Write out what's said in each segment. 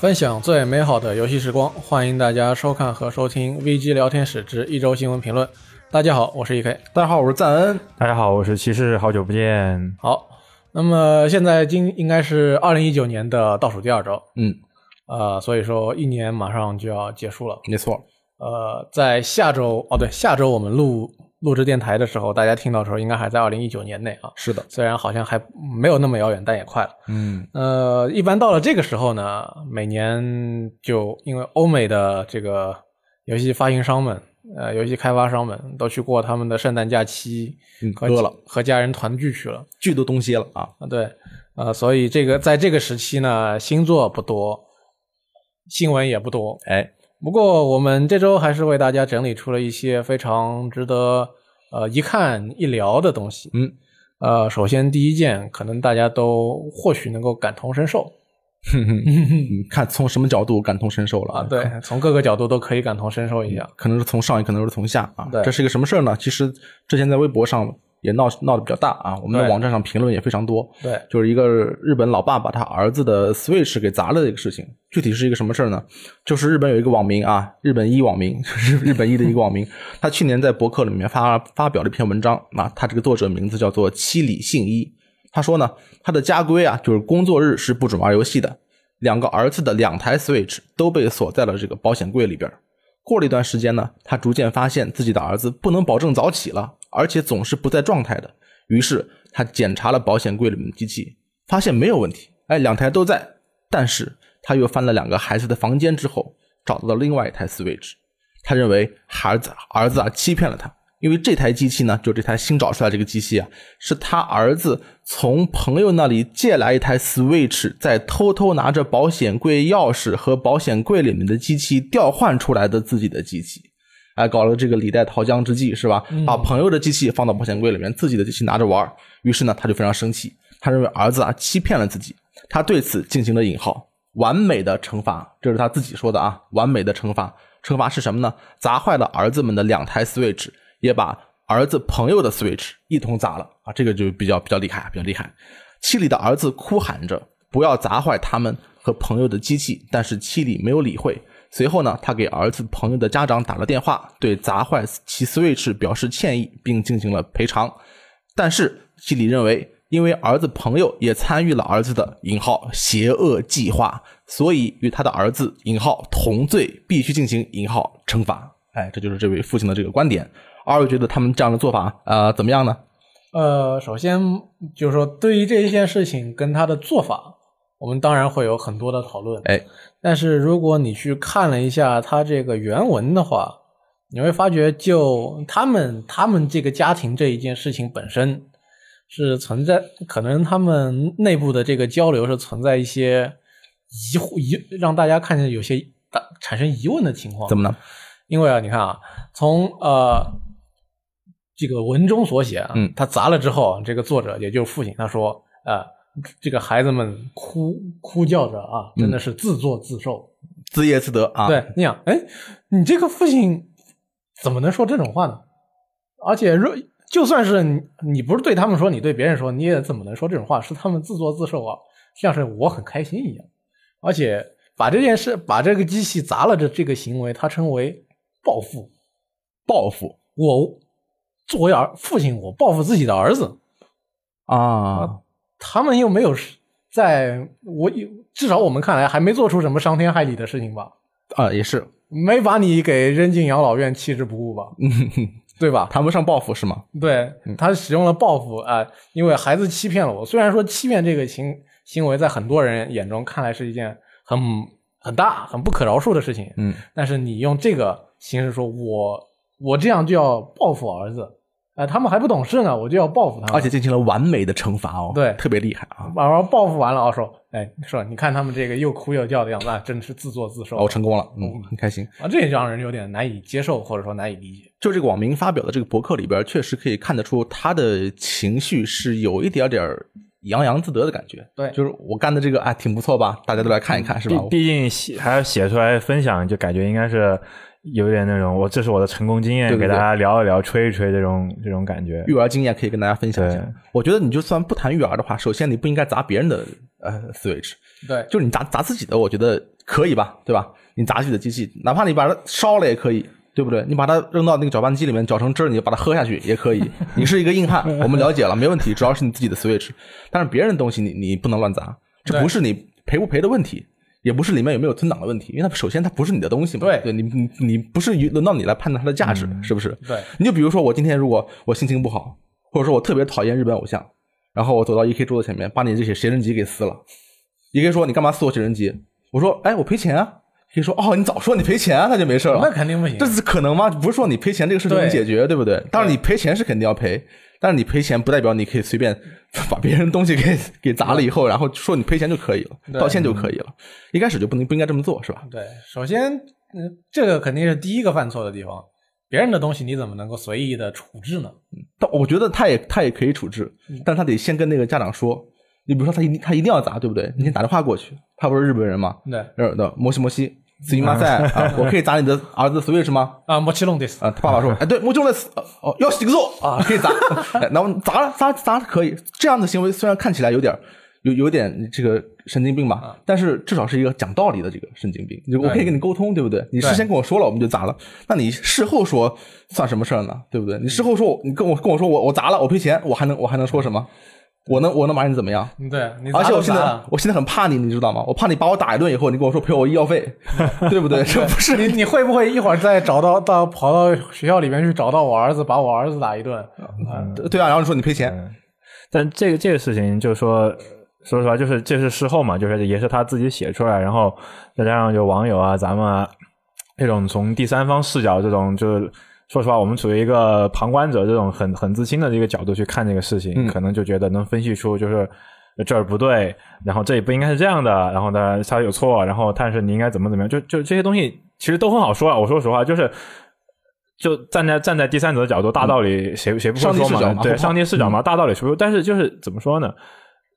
分享最美好的游戏时光，欢迎大家收看和收听 VG 聊天室之一周新闻评论。大家好，我是 E EK。大家好，我是赞恩。大家好，我是骑士，好久不见。好，那么现在今应该是二零一九年的倒数第二周，嗯，呃，所以说一年马上就要结束了。没错，呃，在下周哦，对，下周我们录录制电台的时候，大家听到的时候应该还在二零一九年内啊，是的，虽然好像还没有那么遥远，但也快了。嗯，呃，一般到了这个时候呢，每年就因为欧美的这个游戏发行商们，呃，游戏开发商们都去过他们的圣诞假期，嗯和割了和家人团聚去了剧都东西了啊，啊，对，呃，所以这个在这个时期呢，星座不多，新闻也不多，哎，不过我们这周还是为大家整理出了一些非常值得呃一看一聊的东西。嗯，呃，首先第一件，可能大家都或许能够感同身受哼哼，你看从什么角度感同身受了啊，对，从各个角度都可以感同身受一下。可能是从上，也可能是从下啊。对这是一个什么事儿呢？其实之前在微博上也闹闹得比较大啊，我们的对网站上评论也非常多。对，就是一个日本老爸把他儿子的 Switch 给砸了的一个事情。具体是一个什么事儿呢？就是日本有一个网民啊，日本一网民， 日日本一的一个网民，他去年在博客里面发发表了一篇文章，啊，他这个作者名字叫做七里信一。他说呢，他的家规啊，就是工作日是不准玩游戏的。两个儿子的两台 Switch 都被锁在了这个保险柜里边儿。过了一段时间呢，他逐渐发现自己的儿子不能保证早起了，而且总是不在状态的。于是他检查了保险柜里面的机器，发现没有问题，哎，两台都在。但是他又翻了两个孩子的房间之后，找到了另外一台 Switch。他认为孩子儿子啊欺骗了他，因为这台机器呢，就这台新找出来这个机器啊，是他儿子从朋友那里借来一台 Switch，再偷偷拿着保险柜钥匙和保险柜里面的机器调换出来的自己的机器。哎，搞了这个李代桃僵之计是吧？把朋友的机器放到保险柜里面，自己的机器拿着玩儿。于是呢，他就非常生气，他认为儿子啊欺骗了自己，他对此进行了引号完美的惩罚，这是他自己说的啊，完美的惩罚。惩罚是什么呢？砸坏了儿子们的两台 Switch，也把儿子朋友的 Switch 一同砸了啊，这个就比较比较厉害，比较厉害。七里的儿子哭喊着不要砸坏他们和朋友的机器，但是七里没有理会。随后呢，他给儿子朋友的家长打了电话，对砸坏其 Switch 表示歉意，并进行了赔偿。但是西里认为，因为儿子朋友也参与了儿子的（引号）邪恶计划，所以与他的儿子（引号）同罪，必须进行（引号）惩罚。哎，这就是这位父亲的这个观点。二位觉得他们这样的做法，呃，怎么样呢？呃，首先就是说，对于这一件事情跟他的做法，我们当然会有很多的讨论。哎，但是如果你去看了一下他这个原文的话，你会发觉，就他们他们这个家庭这一件事情本身是存在，可能他们内部的这个交流是存在一些疑惑疑，让大家看见有些大产生疑问的情况。怎么呢？因为啊，你看啊，从呃这个文中所写啊，嗯他砸了之后，这个作者也就是父亲，他说，呃，这个孩子们哭哭叫着啊，真的是自作自受。自业自得啊。对，你想，哎，你这个父亲怎么能说这种话呢？而且若就算是你你不是对他们说，你对别人说，你也怎么能说这种话？是他们自作自受啊，像是我很开心一样。而且把这件事，把这个机器砸了的这个行为，他称为报复。报复我作为儿父亲，我报复自己的儿子，啊，他们又没有在我至少我们看来还没做出什么伤天害理的事情吧，啊，也是，没把你给扔进养老院弃之不顾吧，嗯嗯对吧？谈不上报复是吗？对他使用了报复啊、因为孩子欺骗了我。虽然说欺骗这个行行为在很多人眼中看来是一件很很大、很不可饶恕的事情，嗯，但是你用这个形式说我我这样就要报复儿子，啊、他们还不懂事呢，我就要报复他们，而且进行了完美的惩罚哦，啊对特别厉害啊！把我报复完了，哦说，哎，说你看他们这个又哭又叫的样子，啊，真是自作自受哦，我成功了，嗯，很开心。啊，这也让人有点难以接受，或者说难以理解。就这个网民发表的这个博客里边，确实可以看得出他的情绪是有一点点儿洋洋自得的感觉。对就是我干的这个啊，挺不错吧？大家都来看一看，是吧？毕毕竟写还要写出来分享，就感觉应该是有点那种，我这是我的成功经验，对对对给大家聊一聊、吹一吹这种这种感觉。育儿经验可以跟大家分享一下对。我觉得你就算不谈育儿的话，首先你不应该砸别人的呃 Switch，对，就是你砸砸自己的，我觉得可以吧，对吧？你砸自己的机器，哪怕你把它烧了也可以，对不对？你把它扔到那个搅拌机里面搅成汁儿，你就把它喝下去也可以。你是一个硬汉，我们了解了，没问题，主要是你自己的 Switch。但是别人的东西你你不能乱砸，这对不是你赔不赔的问题。也不是里面有没有存档的问题，因为它首先它不是你的东西嘛，对嗯你你你不是轮到你来判断它的价值，是不是？对，你就比如说，我今天如果我心情不好，或者说我特别讨厌日本偶像，然后我走到 E K 桌子前面，把你这些写真集给撕了。E K 说：“你干嘛撕我写真集？”我说：“哎，我赔钱啊。”E K 说：“哦，你早说你赔钱啊，那就没事了。”那肯定不行这。是可能吗？不是说你赔钱这个事情能对解决，对不对？当然，你赔钱是肯定要赔，但是你赔钱不代表你可以随便 把别人东西给给砸了以后，然后说你赔钱就可以了，对道歉就可以了。一开始就不能不应该这么做，是吧？对，首先，嗯，这个肯定是第一个犯错的地方。别人的东西你怎么能够随意的处置呢？但我觉得他也他也可以处置，但他得先跟那个家长说。你比如说他一定他一定要砸，对不对？你先打电话过去，他不是日本人吗？对呃，那摩西摩西，斯金马赛啊，我可以砸你的儿子 Switch 吗？啊，莫奇隆迪斯，啊，他爸爸说，哎，对，我就那死，哦，要洗个做啊，可以砸， 哎然后砸了砸砸了可以，这样的行为虽然看起来有点儿有有点这个神经病啊吧，但是至少是一个讲道理的这个神经病，就我可哎以跟你沟通，对不对？你事先跟我说了，我们就砸了，那你事后说算什么事儿呢？对不对？你事后说我，你跟我跟我说我我砸了，我赔钱，我还能我还能说什么？我能我能把你怎么样？嗯对，你而砸且我都现砸在了我现在很怕你，你知道吗？我怕你把我打一顿以后，你跟我说赔我医药费， 对不对？这不是你你会不会一会儿再找到到跑到学校里面去找到我儿子，把我儿子打一顿？对啊？然后你说你赔钱，嗯但这个这个事情，就是说，说实话，就是这是事后嘛，就是也是他自己写出来，然后再加上就网友啊，咱们啊这种从第三方视角，这种就是说实话，我们处于一个旁观者这种很很自清的这个角度去看这个事情，嗯可能就觉得能分析出就是。这儿不对，然后这里不应该是这样的，然后呢，他有错，然后但是你应该怎么怎么样，就就这些东西其实都很好说啊。我说实话，就是就站在站在第三者的角度，大道理谁、谁不会上帝说视角嘛？嘛对， 好不好上帝视角嘛，大道理谁不会？但是就是怎么说呢？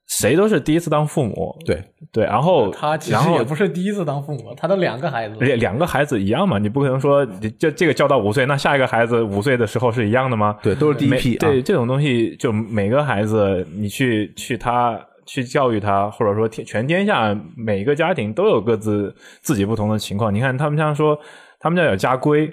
谁都是第一次当父母，对。对，然哦后他其然实后也不是第一次当父母，他的两个孩子，两两个孩子一样嘛，你不可能说你这这个教到五岁，那下一个孩子五岁的时候是一样的吗？对，都是第一每批啊。对这种东西，就每个孩子，你去去他去教育他，或者说天全天下每一个家庭都有各自自己不同的情况。你看他们像说，他们家有家规，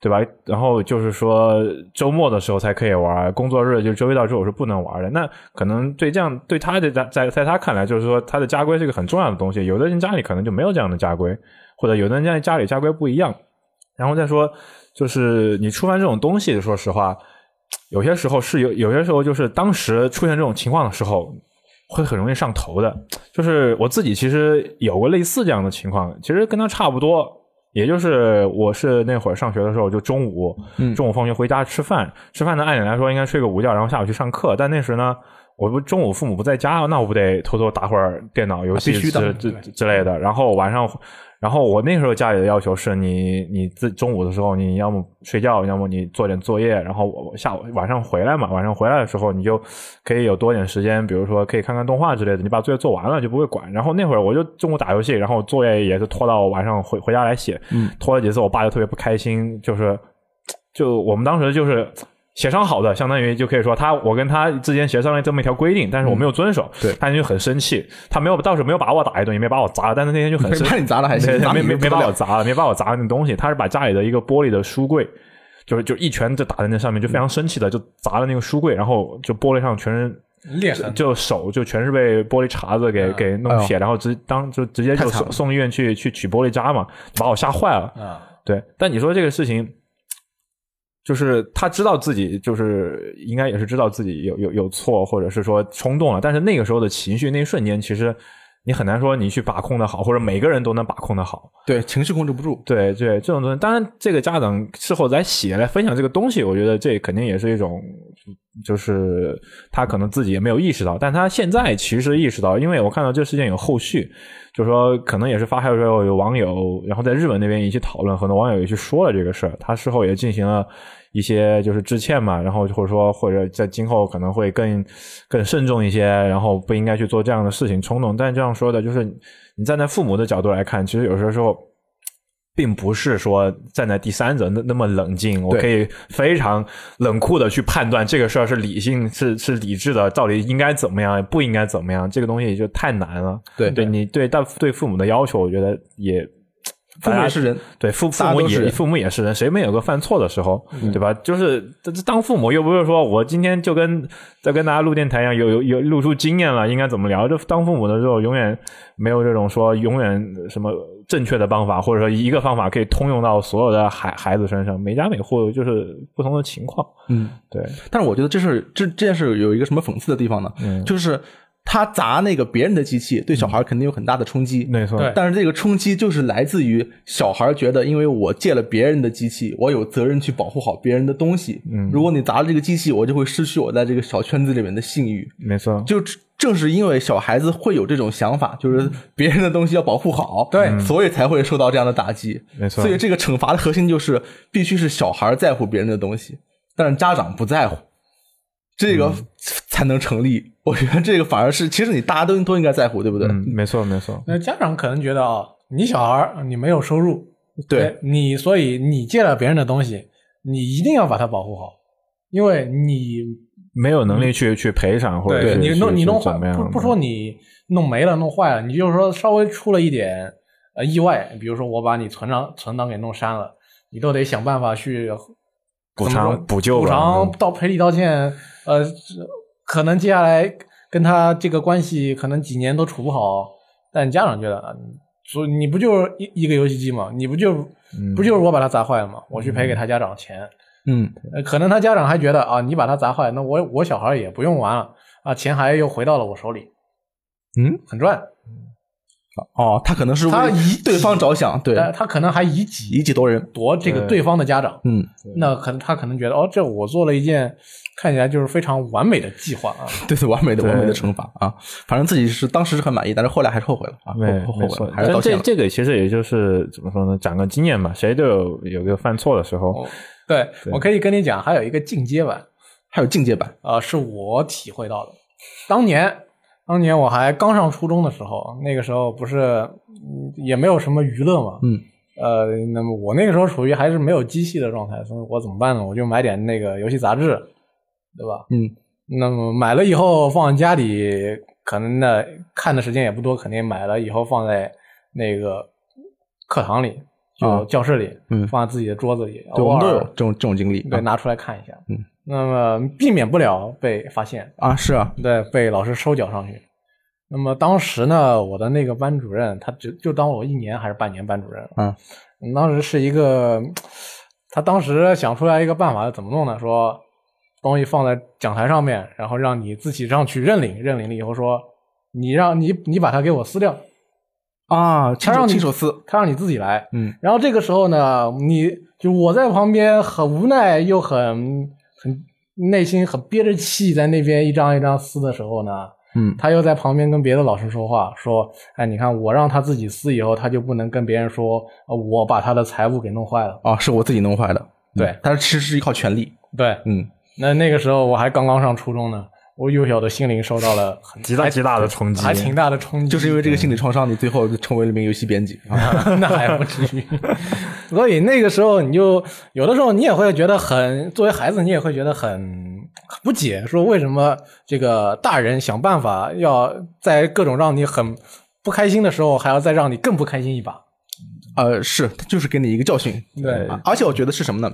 对吧？然后就是说周末的时候才可以玩，工作日就周一到周五是不能玩的。那可能对这样对他的在在在他看来，就是说他的家规是一个很重要的东西。有的人家里可能就没有这样的家规，或者有的人家家里家规不一样。然后再说，就是你触犯这种东西，说实话，有些时候是有，有些时候就是当时出现这种情况的时候，会很容易上头的。就是我自己其实有过类似这样的情况，其实跟他差不多，也就是我是那会儿上学的时候，就中午，嗯中午放学回家吃饭，吃饭呢按理来说应该睡个午觉，然后下午去上课，但那时呢。我不中午父母不在家，那我不得偷偷打会儿电脑游戏啊必须之的之之类的。然后晚上然后我那时候家里的要求是你，你自中午的时候你要么睡觉，要么你做点作业，然后我我下午晚上回来嘛，晚上回来的时候你就可以有多点时间，比如说可以看看动画之类的，你把作业做完了就不会管。然后那会儿我就中午打游戏，然后作业也是拖到晚上回回家来写，嗯拖了几次，我爸就特别不开心，就是就我们当时就是。协商好的，相当于就可以说他，我跟他之间协商了这么一条规定，但是我没有遵守，嗯对他就很生气，他没有倒是没有把我打一顿，也没把我砸了，但是那天就很没生气把，你砸了还行，没砸没你没没不把得我了砸，没把我砸那东西，他是把家里的一个玻璃的书柜，就是就一拳就打在那上面，就非常生气的就砸了那个书柜，然后就玻璃上全是裂痕。就手就全是被玻璃碴子给给弄血，然后直当就直接嗯太就惨送了嗯送医院去去取玻璃渣嘛，把我吓坏了。啊，对，但你说这个事情，就是他知道自己就是应该也是知道自己有有有错，或者是说冲动了，但是那个时候的情绪那一瞬间，其实你很难说你去把控的好，或者每个人都能把控的好。对，情绪控制不住，对对，这种东西，当然这个家长事后来写来分享这个东西，我觉得这肯定也是一种，就是他可能自己也没有意识到，但他现在其实意识到，因为我看到这事件有后续，就说可能也是发酵之后有网友，然后在日本那边也去讨论，很多网友也去说了这个事儿，他事后也进行了。一些就是致歉嘛，然后或者说或者在今后可能会更更慎重一些，然后不应该去做这样的事情冲动。但这样说的就是，你站在父母的角度来看，其实有些时候并不是说站在第三者那那么冷静，我对可以非常冷酷的去判断这个事儿是理性是是理智的，到底应该怎么样，不应该怎么样，这个东西就太难了。对对你对但对父母的要求，我觉得也父母也是人，对父父大家母都是也人嗯父母也是人，谁没有个犯错的时候，对吧？就是这这当父母又不是说我今天就跟在跟大家录电台一样，有有有录出经验了，应该怎么聊？就当父母的时候，永远没有这种说永远什么正确的方法，或者说一个方法可以通用到所有的孩孩子身上，每家每户就是不同的情况。嗯，对，但是我觉得这事儿这这件事有一个什么讽刺的地方呢？嗯就是他砸那个别人的机器，对小孩肯定有很大的冲击。没错，对但是这个冲击就是来自于小孩觉得，因为我借了别人的机器，我有责任去保护好别人的东西。嗯如果你砸了这个机器，我就会失去我在这个小圈子里面的信誉。没错，就正是因为小孩子会有这种想法，就是别人的东西要保护好，对嗯所以才会受到这样的打击。没错所以这个惩罚的核心就是必须是小孩在乎别人的东西，但是家长不在乎，这个嗯才能成立。我觉得这个反而是，其实你大家都都应该在乎，对不对？嗯，没错，没错，那家长可能觉得啊、你小孩儿你没有收入，哎对，你，所以你借了别人的东西，你一定要把它保护好，因为你没有嗯能力去去赔偿或者对是你弄去你去弄怎坏么样不的不说你弄没了弄坏了，你就是说稍微出了一点呃意外，比如说我把你存档存档给弄删了，你都得想办法去补怎么偿说补救补吧偿嗯到赔礼道歉，呃，可能接下来跟他这个关系可能几年都处不好，但家长觉得，啊所以你不就是一一个游戏机嘛，你不就嗯不就是我把它砸坏了嘛，我去赔给他家长钱。嗯，呃，可能他家长还觉得啊，你把它砸坏，那我我小孩也不用玩了啊，钱还又回到了我手里，嗯，很赚。哦，他可能是为他呃以己对方着想，对，但他可能还以以己己度人，夺这个对对方的家长，嗯，那可能他可能觉得哦，这我做了一件看起来就是非常完美的计划啊。对对，完美的对完美的惩罚啊！反正自己是当时是很满意，但是后来还是后悔了啊，后对，后没后悔错了，还是道但歉这了。这个其实也就是怎么说呢，长个经验嘛，谁都有有个犯错的时哦候。对我可以跟你讲，还有一个进阶版还有境界版，啊、呃是我体会到的。当年，当年我还刚上初中的时候，那个时候不是嗯也没有什么娱乐嘛，嗯，呃，那么我那个时候处于还是没有机器的状态，所以我怎么办呢？我就买点那个游戏杂志，对吧？嗯，那么买了以后放家里，可能呢看的时间也不多，肯定买了以后放在那个课堂里，啊就教室里，嗯放在自己的桌子里，偶对，我们都有尔这种这种经历，对啊拿出来看一下。嗯，那么避免不了被发现，啊，是啊，对，被老师收缴上去。那么当时呢，我的那个班主任，他就就当我一年还是半年班主任。嗯，当时是一个，他当时想出来一个办法，怎么弄呢？说东西放在讲台上面，然后让你自己上去认领，认领了以后说，你让你你把它给我撕掉，啊，亲他让手你亲手撕，他让你自己来。嗯，然后这个时候呢，你就我在旁边很无奈又很很内心很憋着气，在那边一张一张撕的时候呢，嗯他又在旁边跟别的老师说话，说：“哎，你看我让他自己撕以后，他就不能跟别人说呃我把他的财物给弄坏了。啊，是我自己弄坏的，嗯对，但是其实是依靠权力，”对，嗯，那那个时候我还刚刚上初中呢，我幼小的心灵受到了很极大极大的冲击，还挺大的冲击，就是因为这个心理创伤，你最后就成为了一名游戏编辑 啊，那还不至于。 所以那个时候，你就有的时候你也会觉得很，作为孩子你也会觉得很很不解，说为什么这个大人想办法要在各种让你很不开心的时候，还要再让你更不开心一把？呃，是，就是给你一个教训，对啊而且我觉得是什么呢？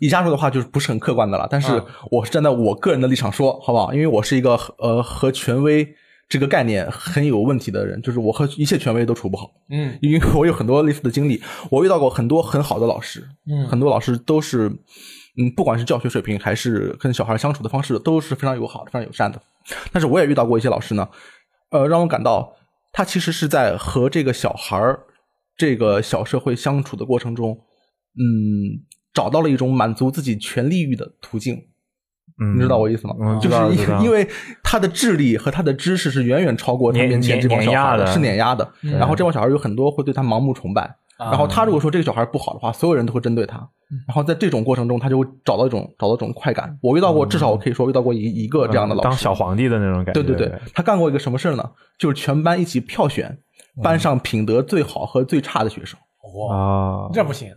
以下说的话就是不是很客观的了，但是嗯我是站在我个人的立场说，好不好？因为我是一个呃和权威这个概念很有问题的人，就是我和一切权威都处不好，嗯因为我有很多类似的经历，我遇到过很多很好的老师，嗯很多老师都是，嗯，不管是教学水平还是跟小孩相处的方式，都是非常友好的、非常友善的。但是我也遇到过一些老师呢，呃，让我感到他其实是在和这个小孩儿、这个小社会相处的过程中，嗯，找到了一种满足自己权利欲的途径。嗯，你知道我意思吗？嗯就知道是知道因因为他的智力和他的知识是远远超过他碾面前这帮碾小孩碾压的是碾压的。嗯然后这帮小孩有很多会对他盲目崇拜，然啊后他如果说这个小孩不好的话，所有人都会针对他。然后在这种过程中，他就会找到一种找到一种快感。我遇到过，至少我可以说遇到过一一个这样的老师，嗯当小皇帝的那种感对觉。对对，他干过一个什么事儿呢？就是全班一起票选班上品德最好和最差的学生。哇，啊，这不行，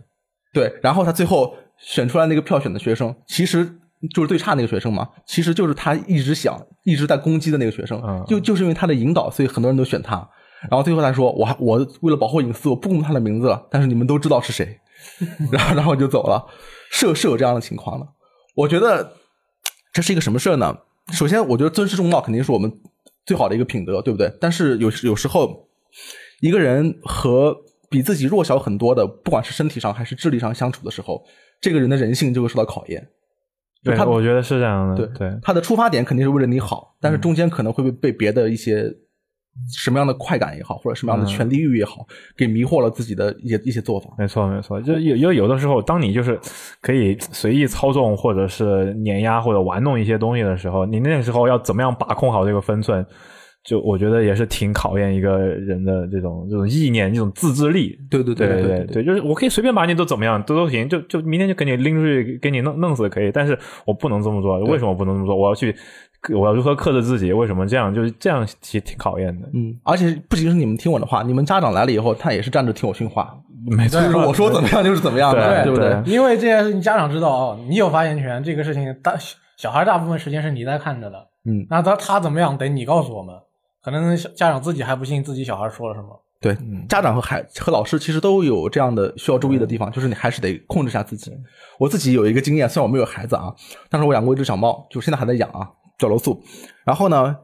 对，然后他最后选出来那个票选的学生，其实就是最差那个学生嘛，其实就是他一直想一直在攻击的那个学生，嗯就就是因为他的引导，所以很多人都选他。然后最后他说：“我还我为了保护隐私，我不公布他的名字了，但是你们都知道是谁。”然后然后就走了，是有是有这样的情况的。我觉得这是一个什么事儿呢？首先，我觉得尊师重道肯定是我们最好的一个品德，对不对？但是有时有时候，一个人和比自己弱小很多的，不管是身体上还是智力上相处的时候，这个人的人性就会受到考验。对，他我觉得是这样的。对对，他的出发点肯定是为了你好，但是中间可能会被被别的一些什么样的快感也好，或者什么样的权利欲也好，给迷惑了自己的一些一些做法。没错，没错，就有有有的时候，当你就是可以随意操纵或者是碾压或者玩弄一些东西的时候，你那时候要怎么样把控好这个分寸，就我觉得也是挺考验一个人的这种这种意念、这种自制力。对对对对对对，就是我可以随便把你都怎么样都都行，就就明天就给你拎出去给你弄弄死可以，但是我不能这么做，为什么我不能这么做？我要去，我要如何克制自己？为什么这样？就是这样其实挺考验的。嗯，而且不仅是你们听我的话，你们家长来了以后，他也是站着听我训话，没错，就是我说怎么样就是怎么样的，对不对对？因为这件事情家长知道哦，你有发言权，这个事情大小孩大部分时间是你在看着的，嗯，那他他怎么样得你告诉我们，可能小家长自己还不信自己小孩说了什么，对，家长和孩和老师其实都有这样的需要注意的地方，就是你还是得控制一下自己。我自己有一个经验，虽然我没有孩子啊，但是我养过一只小猫，就是现在还在养啊，叫罗素。然后呢，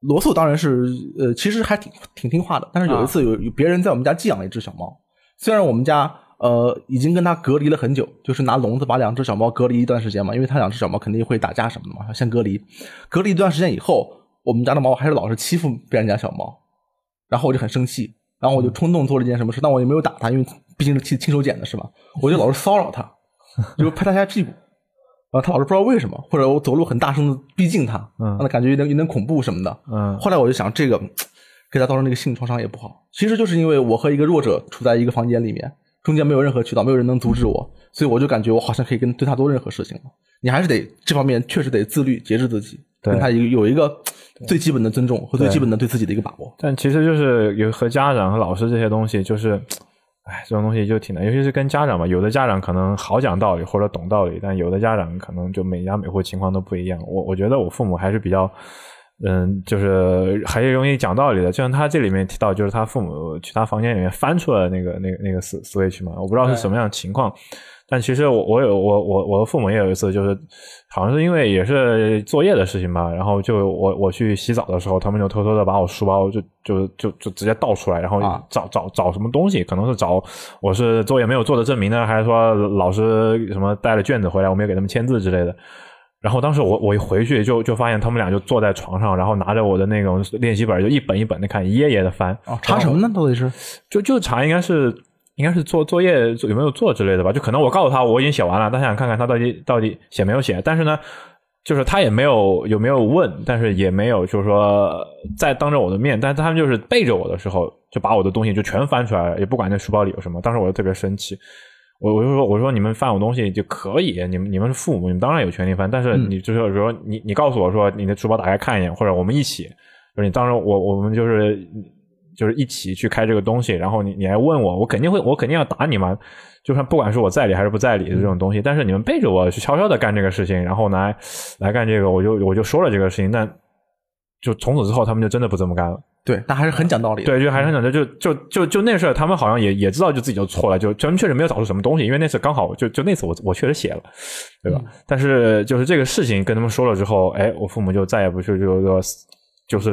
罗素当然是呃，其实还挺挺听话的，但是有一次有有别人在我们家寄养了一只小猫，虽然我们家呃已经跟它隔离了很久，就是拿笼子把两只小猫隔离一段时间嘛，因为它两只小猫肯定会打架什么的嘛，先隔离。隔离一段时间以后，我们家的猫还是老是欺负别人家小猫，然后我就很生气，然后我就冲动做了一件什么事，但我也没有打它，因为毕竟是亲亲手捡的是吧？我就老是骚扰它，就拍它一下屁股，然后它老是不知道为什么，或者我走路很大声的逼近它，嗯让它感觉有点有点恐怖什么的。嗯后来我就想，这个给他造成那个性创伤也不好。其实就是因为我和一个弱者处在一个房间里面，中间没有任何渠道，没有人能阻止我，所以我就感觉我好像可以跟对他做任何事情了。你还是得这方面确实得自律，节制自己，对跟他有有一个最基本的尊重和最基本的对自己的一个把握。但其实就是有和家长和老师这些东西，就是，哎，这种东西就挺难，尤其是跟家长吧。有的家长可能好讲道理或者懂道理，但有的家长可能就每家每户情况都不一样。我我觉得我父母还是比较。嗯，就是还是容易讲道理的，就像他这里面提到，就是他父母去他房间里面翻出了那个、那个、那个 s- switch 嘛，我不知道是对什么样的情况，但其实我我有我我我父母也有一次，就是好像是因为也是作业的事情吧，然后就我我去洗澡的时候，他们就偷偷的把我书包就就就就直接倒出来，然后啊找、找找什么东西，可能是找我是作业没有做的证明呢，还是说老师什么带了卷子回来，我没有给他们签字之类的。然后当时我我一回去就就发现他们俩就坐在床上，然后拿着我的那种练习本就一本一本的看，一页页的翻。啊，查什么呢？到底是就就查应该是应该是做作业有没有做之类的吧，就可能我告诉他我已经写完了，他想看看他到底到底写没有写，但是呢，就是他也没有有没有问，但是也没有就是说在当着我的面，但是他们就是背着我的时候就把我的东西就全翻出来了，也不管那书包里有什么，当时我就特别生气。我我就说我说你们翻我东西就可以，你们你们是父母，你们当然有权利翻，但是你就是比如说你你告诉我说你的书包打开看一眼，或者我们一起，就是你当时我我们就是就是一起去开这个东西，然后你你还问我，我肯定会我肯定要打你嘛，就算不管是我在理还是不在理的这种东西，但是你们背着我去悄悄的干这个事情，然后来来干这个，我就我就说了这个事情，但就从此之后他们就真的不这么干了。对，但还是很讲道理的。对，就还是想着就就就就那事儿，他们好像也也知道就自己就错了，就他们确实没有找出什么东西，因为那次刚好就就那次我我确实写了，对吧？但是就是这个事情跟他们说了之后，哎，我父母就再也不去就是说就是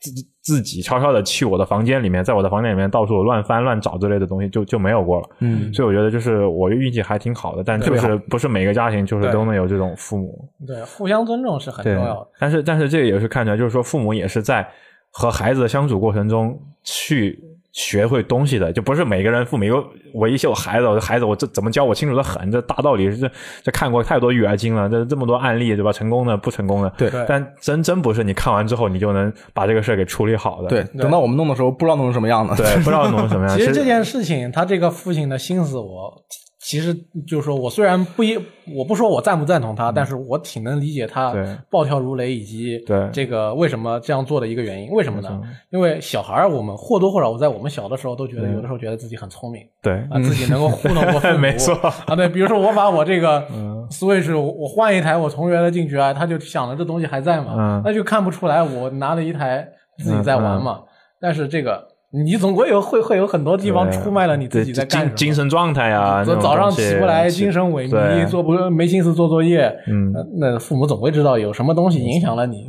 自己自己悄悄的去我的房间里面，在我的房间里面到处乱翻乱找之类的东西，就就没有过了。嗯，所以我觉得就是我运气还挺好的，但特就别是不是每个家庭就是对都能有这种父母。对，互相尊重是很重对要的。，但是但是这个也是看出来，就是说父母也是在和孩子的相处过程中去学会东西的，就不是每个人父母有我一些我孩子，我的孩子我这怎么教我清楚的很，这大道理是这这看过太多育儿经了，这这么多案例对吧？成功的不成功的，对对但真真不是你看完之后你就能把这个事儿给处理好的，对，等到我们弄的时候，不知道弄成什么样了。对，不知道弄成什么 样。其实这件事情，他这个父亲的心思我，其实就是说我虽然不一，我不说我赞不赞同他，但是我挺能理解他嗯对暴跳如雷以及对这个为什么这样做的一个原因。为什么呢？因为小孩儿，我们或多或少，我在我们小的时候都觉得，有的时候觉得自己很 聪明对，啊，自己能够糊弄过父母。嗯没错啊，对，比如说我把我这个嗯 Switch，我我换一台我同学的进去啊，他就想着这东西还在嘛，嗯那就看不出来我拿了一台自己在玩嘛。但是这个你总归有会会有很多地方对出卖了你自对己在精干什么。精神状态啊，早那种早上东西起不来，精神萎对靡，做不没心思做作业。嗯呃，那父母总会知道有什么东西影响了你。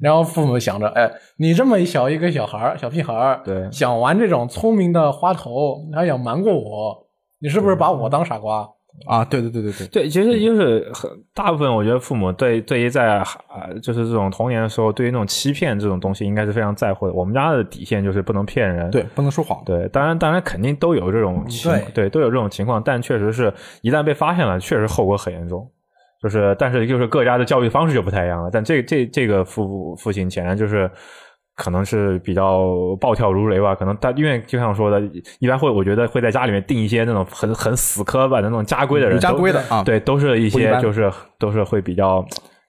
然后父母想着，哎，你这么小一个小孩儿，小屁孩儿，对想玩这种聪明的花头，还想瞒过我，你是不是把我当傻瓜？ 啊，对对对对对，对，其实就是很大部分，我觉得父母对对于在啊，就是这种童年的时候，对于那种欺骗这种东西，应该是非常在乎的。我们家的底线就是不能骗人。对，嗯不能说谎。对，当然当然肯定都有这种情对对都有这种情况，但确实是一旦被发现了，确实后果很严重。就是但是就是各家的教育方式就不太一样了。但这这这个父父亲显然就是。可能是比较暴跳如雷吧，可能他因为就像我说的，一般会我觉得会在家里面定一些那种很很死磕吧的那种家规的人，有家都规的啊对，都是一不一些般就是都是会比较，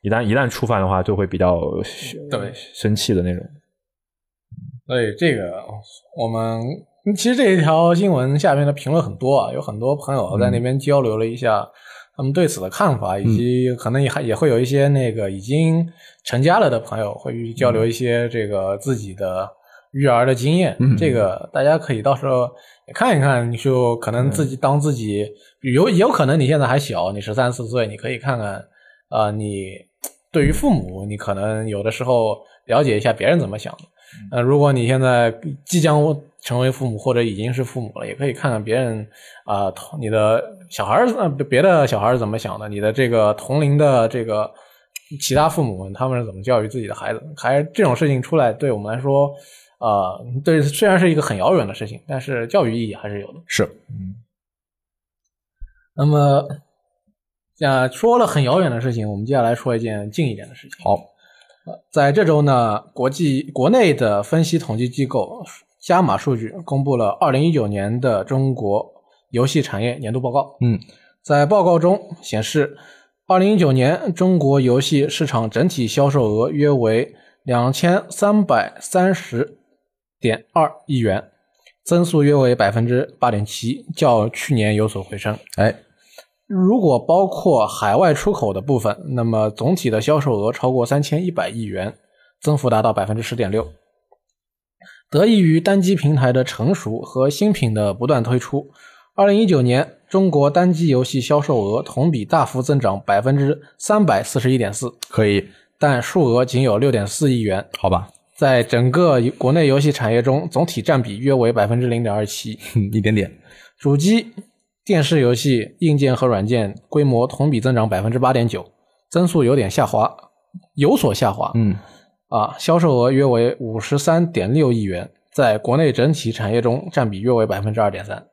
一旦一旦触犯的话，就会比较对生气的那种。所以这个我们嗯其实这一条新闻下面的评论很多啊，有很多朋友在那边交流了一下他们对此的看法，以及可能也还也会有一些那个已经成家了的朋友会去交流一些这个自己的育儿的经验。嗯这个大家可以到时候也看一看，你就可能自己当自己有也有可能你现在还小，你十三四岁，你可以看看啊、呃你对于父母，你可能有的时候了解一下别人怎么想的。呃，如果你现在即将成为父母或者已经是父母了，也可以看看别人啊、同你的小孩儿、呃，别的小孩儿是怎么想的，你的这个同龄的这个其他父母他们是怎么教育自己的孩子，还这种事情出来，对我们来说，啊，对，虽然是一个很遥远的事情，但是教育意义还是有的。是，那么，啊，说了很遥远的事情，我们接下来说一件近一点的事情。呃好，在这周呢，国际国内的分析统计机构加码数据公布了2019年的中国游戏产业年度报告。嗯，在报告中显示，2 0 1 9年中国游戏市场整体销售额约为2330.2亿元，增速约为8.7%，较去年有所回升。哎，如果包括海外出口的部分，那么总体的销售额超过三千一百亿元，增幅达到百分之十点六。得益于单机平台的成熟和新品的不断推出，二零一九年中国单机游戏销售额同比大幅增长百分之三百四十一点四，可以，但数额仅有六点四亿元，好吧， 在整个国内游戏产业中总体占比约为百分之零点二七。一点点，主机、电视游戏硬件和软件规模同比增长百分之八点九，增速有点下滑，有所下滑。嗯，啊，销售额约为五十三点六亿元，在国内整体产业中占比约为百分之二点三。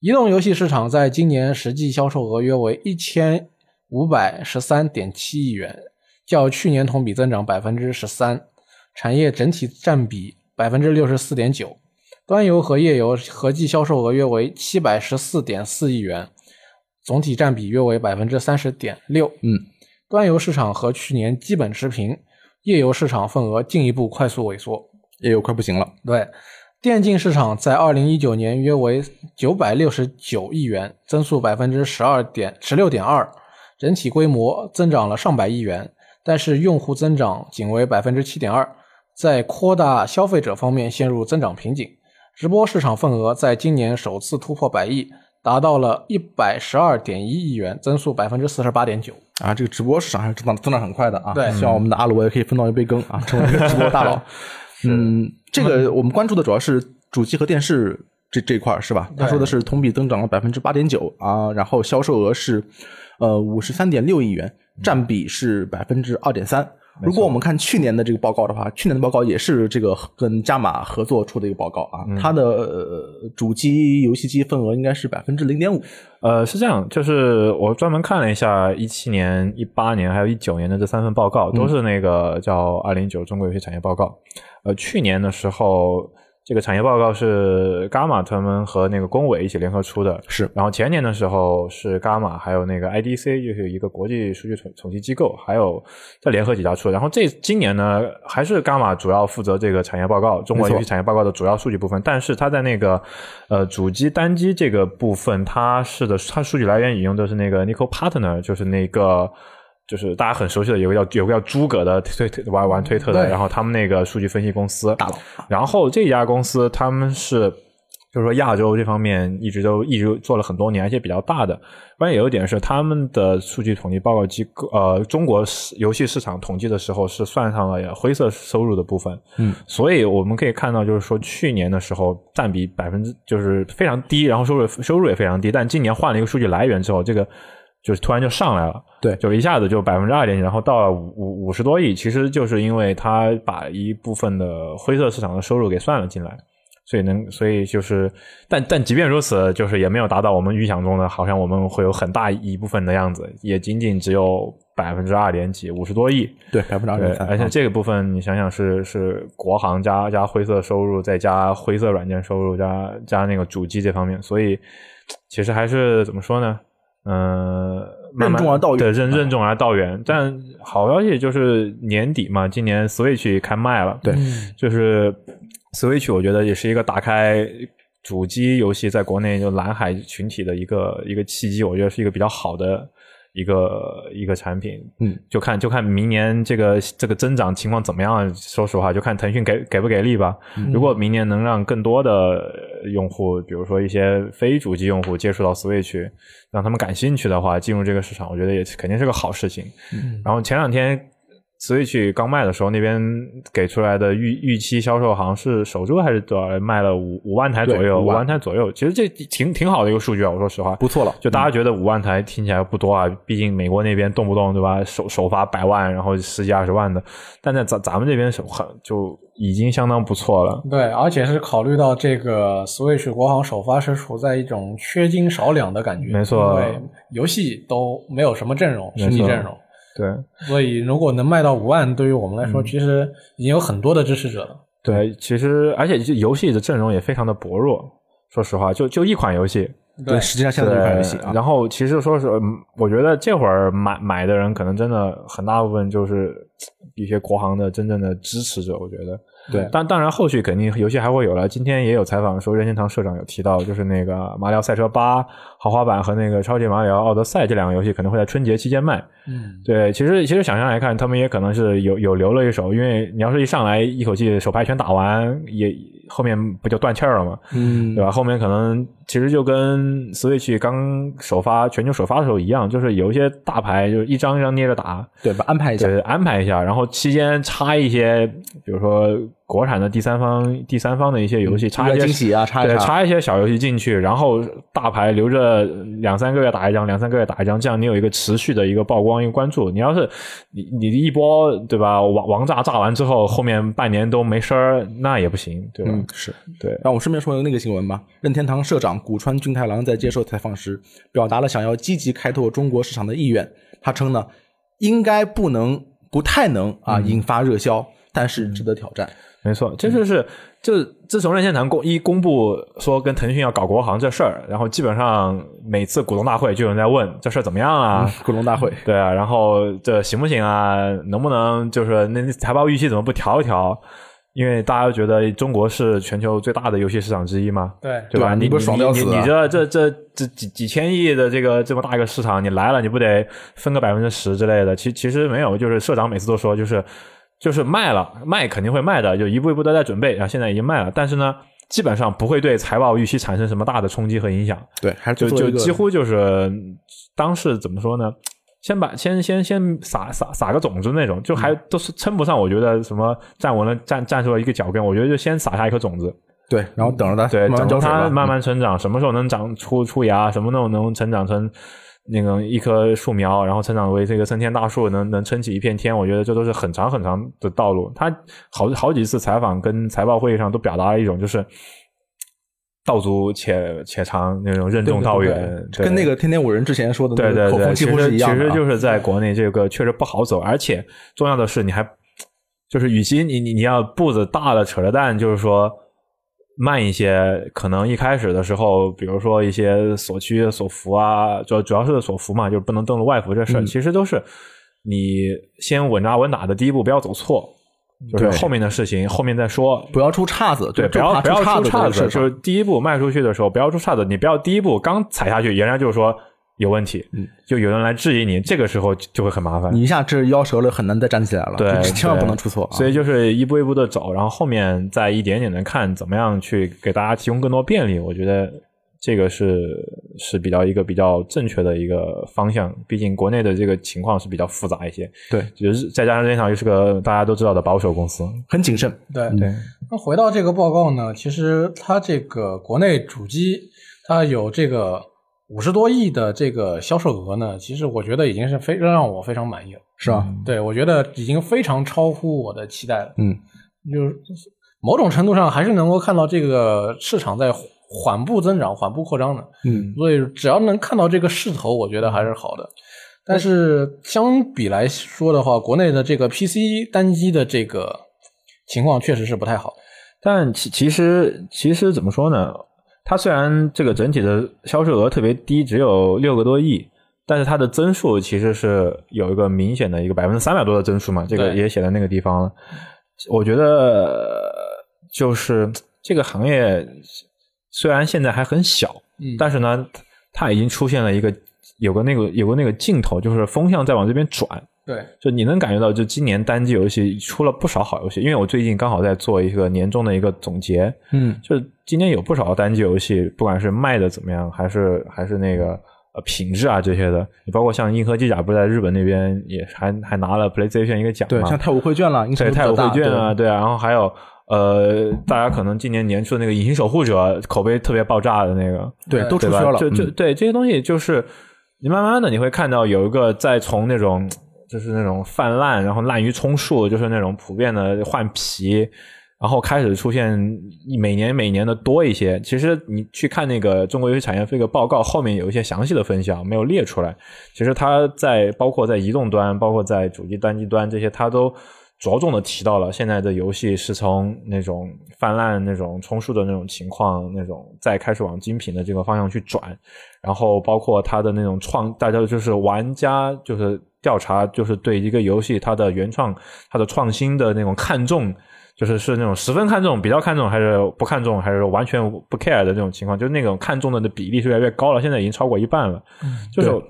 移动游戏市场在今年实际销售额约为一千五百十三点七亿元，较去年同比增长百分之十三，产业整体占比百分之六十四点九。端游和页游合计销售额约为七百十四点四亿元，总体占比约为百分之三十点六。嗯，端游市场和去年基本持平，页游市场份额进一步快速萎缩。也有快不行了，对，电竞市场在二零一九年约为九百六十九亿元，增速百分之十二点十六点二，整体规模增长了上百亿元，但是用户增长仅为百分之七点二，在扩大消费者方面陷入增长瓶颈。直播市场份额在今年首次突破百亿，达到了一百十二点一亿元，增速百分之四十八点九。啊，这个直播市场还是增长增长很快的啊。对希望我们的阿罗也可以分到一杯羹啊，成为一个直播 大佬。嗯，这个我们关注的主要是主机和电视这这一块儿是吧？他说的是同比增长了百分之八点九啊，然后销售额是呃五十三点六亿元，占比是百分之二点三。没错如果我们看去年的这个报告的话，去年的报告也是这个跟加码合作出的一个报告啊，嗯它的、呃、主机游戏机份额应该是百分之零点五，呃，是这样，就是我专门看了一下一七年、一八年还有一九年的这三份报告，都是那个叫《二零一九中国游戏产业报告》。呃，去年的时候，这个产业报告是伽马他们和那个工委一起联合出的，是然后前年的时候是伽马，还有那个 IDC，就是一个国际数据统统计机构，还有再联合几家出的。然后这今年呢，还是伽马主要负责这个产业报告，中国游戏产业报告的主要数据部分。但是它在那个呃主机单机这个部分，它是的，它数据来源引用的是那个 Nico Partner，就是那个。就是大家很熟悉的有个叫有个叫诸葛的推推玩玩推特的，对然后他们那个数据分析公司大佬，啊然后这家公司他们是。就是说，亚洲这方面一直都一直做了很多年，而且比较大的。关键有一点是，他们的数据统计报告机构，呃，中国市游戏市场统计的时候是算上了灰色收入的部分，嗯，所以我们可以看到，就是说去年的时候占比百分之就是非常低，然后收入收入也非常低，但今年换了一个数据来源之后，这个就是突然就上来了，对就是一下子就百分之二点几，然后到了五五五十多亿，其实就是因为他把一部分的灰色市场的收入给算了进来。所以能，所以就是，但但即便如此，就是也没有达到我们预想中的，好像我们会有很大一部分的样子，也仅仅只有百分之二点几，五十多亿。对，百分之二对点，三，啊而且这个啊部分你想想是是国行加加灰色收入，再加灰色软件收入，加加那个主机这方面，所以其实还是怎么说呢？嗯、慢慢任重而道远嗯对，任任重而道远。但好消息就是年底嘛，今年 Switch 开卖了，对嗯就是 Switch，我觉得也是一个打开主机游戏在国内就蓝海群体的一个一个契机，我觉得是一个比较好的一个一个产品。嗯，就看就看明年这个这个增长情况怎么样。说实话，就看腾讯给给不给力吧。嗯如果明年能让更多的呃用户，比如说一些非主机用户接触到 Switch，让他们感兴趣的话，进入这个市场，我觉得也是肯定是个好事情。嗯然后前两天 Switch 刚卖的时候，那边给出来的预预期销售好像是首周还是多少卖了五五万台左对右，五五万万台左右。其实这挺挺好的一个数据啊，我说实话，不错了，就大家觉得五万台听起来不多啊，毕竟美国那边动不动对吧，首首发百万，然后十几二十万的，但在咱咱们这边是很就已经相当不错了。对，而且是考虑到这个 Switch 国行首发是处在一种缺斤少两的感觉，没错因为游戏都没有什么阵容，没错实体阵容，对所以如果能卖到五万，对于我们来嗯说，其实已经有很多的支持者了。对，其实而且这游戏的阵容也非常的薄弱，说实话，就就一款游戏，对，实际上现在这款游戏对啊，然后其实说是，嗯我觉得这会儿买买的人可能真的很大部分就是嘖一些国行的真正的支持者，我觉得。对但当然后续肯定游戏还会有了。今天也有采访说，任天堂社长有提到，就是那个《马里奥赛车八》豪华版和那个《超级马里奥奥德赛》这两个游戏可能会在春节期间卖。嗯，对，其实其实想象来看，他们也可能是有有留了一手，因为你要是一上来一口气手牌全打完，也后面不就断气儿了吗？嗯对吧？后面可能其实就跟 Switch 刚首发全球首发的时候一样，就是有一些大牌就是一张一张捏着打，对吧？安排一下就，是安排一下，然后期间插一些，比如说国产的第三方第三方的一些游戏，插意外一些惊喜啊插一对，插插一些小游戏进去，然后大牌留着两三个月打一张，两三个月打一张，这样你有一个持续的一个曝光，一个关注。你要是你你一波对吧，王王炸炸完之后，后面半年都没声儿，那也不行，对吧？嗯，是。对。让我顺便说一个那个新闻吧。任天堂社长古川俊太郎在接受采访时，表达了想要积极开拓中国市场的意愿。他称呢，应该不能、不太能啊引发热销，但是值得挑战。没错，这就是就自从任天堂公一公布说跟腾讯要搞国行这事儿，然后基本上每次股东大会就有人在问这事儿怎么样啊。股东大会，对啊，然后这行不行啊？能不能就是那那财报预期怎么不调一调？因为大家都觉得中国是全球最大的游戏市场之一嘛，对，对吧？对你你不是爽得要你死你啊你这这这这几几千亿的这个这么大一个市场，你来了你不得分个百分之十之类的？其其实没有，就是社长每次都说，就是就是卖了卖肯定会卖的，就一步一步都在准备，然后啊现在已经卖了，但是呢，基本上不会对财报预期产生什么大的冲击和影响。对，还是就做一个就几乎就是当时怎么说呢？先把先先先撒撒撒个种子那种，就嗯还都是称不上，我觉得什么站稳了站站出了一个脚跟，我觉得就先撒下一颗种子，对，然后等着它对，慢慢等浇水它吧嗯慢慢成长，什么时候能长出出芽，什么时候能成长成那个一棵树苗，然后成长为这个参天大树，能能撑起一片天，我觉得这都是很长很长的道路。他好好几次采访跟财报会议上都表达了一种就是道阻且且长那种任重道远，对跟那个天天五人之前说的那对个对口对，风其几乎是实一其样的啊、实就是在国内这个确实不好走，而且重要的是你还就是，与其你你你要步子大了扯着蛋，就是说慢一些，可能一开始的时候，比如说一些锁区、锁服啊，主要主要是锁服嘛，就是不能登录外服这事儿，嗯其实都是你先稳扎稳打的第一步，不要走错，就是对后面的事情后面再说，不要出岔子，对，就不要怕不要岔出这岔个事子，儿就是第一步迈出去的时候不要出岔子，你不要第一步刚踩下去，人家就是说有问题，嗯就有人来质疑你，这个时候就就会很麻烦。你一下这腰折了，很难再站起来了，啊对就千万不能出错、啊。所以就是一步一步的走，然后后面再一点点的看怎么样去给大家提供更多便利，我觉得这个是是比较一个比较正确的一个方向。毕竟国内的这个情况是比较复杂一些，对，就是再加上任天堂又是个大家都知道的保守公司，很谨慎。嗯对对，那回到这个报告呢，其实它这个国内主机它有这个五十多亿的这个销售额呢，其实我觉得已经是非让我非常满意了。是吧？对我觉得已经非常超乎我的期待了。嗯，就是某种程度上还是能够看到这个市场在缓步增长、缓步扩张的。嗯，所以只要能看到这个势头，我觉得还是好的。但是相比来说的话，国内的这个 PC 单机的这个情况确实是不太好。但其其实其实怎么说呢？它虽然这个整体的销售额特别低，只有六个多亿，但是它的增速其实是有一个明显的一个百分之三百多的增速嘛，这个对也写在那个地方了。我觉得呃就是这个行业虽然现在还很小，嗯但是呢，它已经出现了一个有个那个有个那个劲头，就是风向在往这边转。对，就你能感觉到，就今年单机游戏出了不少好游戏，因为我最近刚好在做一个年终的一个总结，嗯，就是今年有不少单机游戏，不管是卖的怎么样，还是还是那个呃品质啊这些的，你包括像《银河机甲》，不是在日本那边也还还拿了 PlayStation 一个奖对，嘛像，泰晤会卷了，应该对是泰晤比较会大卷啊，，对啊，然后还有呃，大家可能今年年初的那个《隐形守护者》口碑特别爆炸的那个，对，对都对出吧？圈了。就就嗯对这些东西，就是你慢慢的你会看到有一个在从那种就是那种泛滥，然后滥竽充数，就是那种普遍的换皮，然后开始出现每年每年的多一些。其实你去看那个中国游戏产业这个报告后面有一些详细的分析啊，没有列出来。其实它在包括在移动端，包括在主机单机端这些，它都。着重的提到了现在的游戏是从那种泛滥、那种充数的那种情况，那种再开始往精品的这个方向去转，然后包括它的那种创，大家就是玩家就是调查，就是对一个游戏它的原创、它的创新的那种看重，就是是那种十分看重、比较看重，还是不看重，还是完全不 care 的那种情况，就是那种看重的那比例是越来越高了，现在已经超过一半了。就是对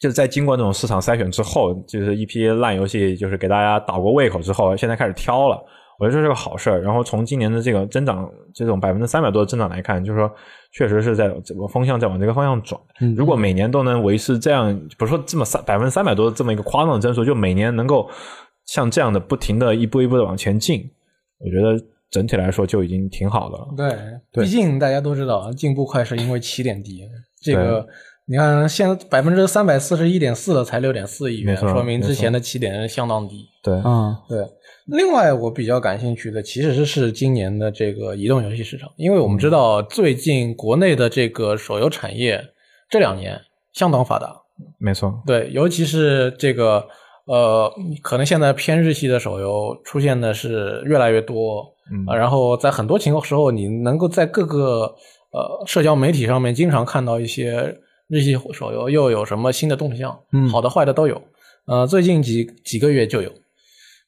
就是在经过那种市场筛选之后，就是一批烂游戏，就是给大家倒过胃口之后，现在开始挑了。我觉得这是个好事儿。然后从今年的这个增长，这种百分之三百多的增长来看，就是说确实是在这个风向在往这个方向转。嗯如果每年都能维持这样，不是说这么三百分之三百多的这么一个夸张的增速，就每年能够像这样的不停的一步一步的往前进，我觉得整体来说就已经挺好的了。对，对毕竟大家都知道，啊进步快是因为起点低。这个你看，现在百分之三百四十一点四的才六点四亿元，没错说明之前的起点相当低。对，啊，对，另外我比较感兴趣的其实是今年的这个移动游戏市场，因为我嗯们知道最近国内的这个手游产业这两年相当发达，没错，对，尤其是这个呃，可能现在偏日系的手游出现的是越来越多，嗯啊然后在很多情况时候，你能够在各个呃社交媒体上面经常看到一些日系手游又有什么新的动向，嗯好的坏的都有，呃，最近几几个月就有，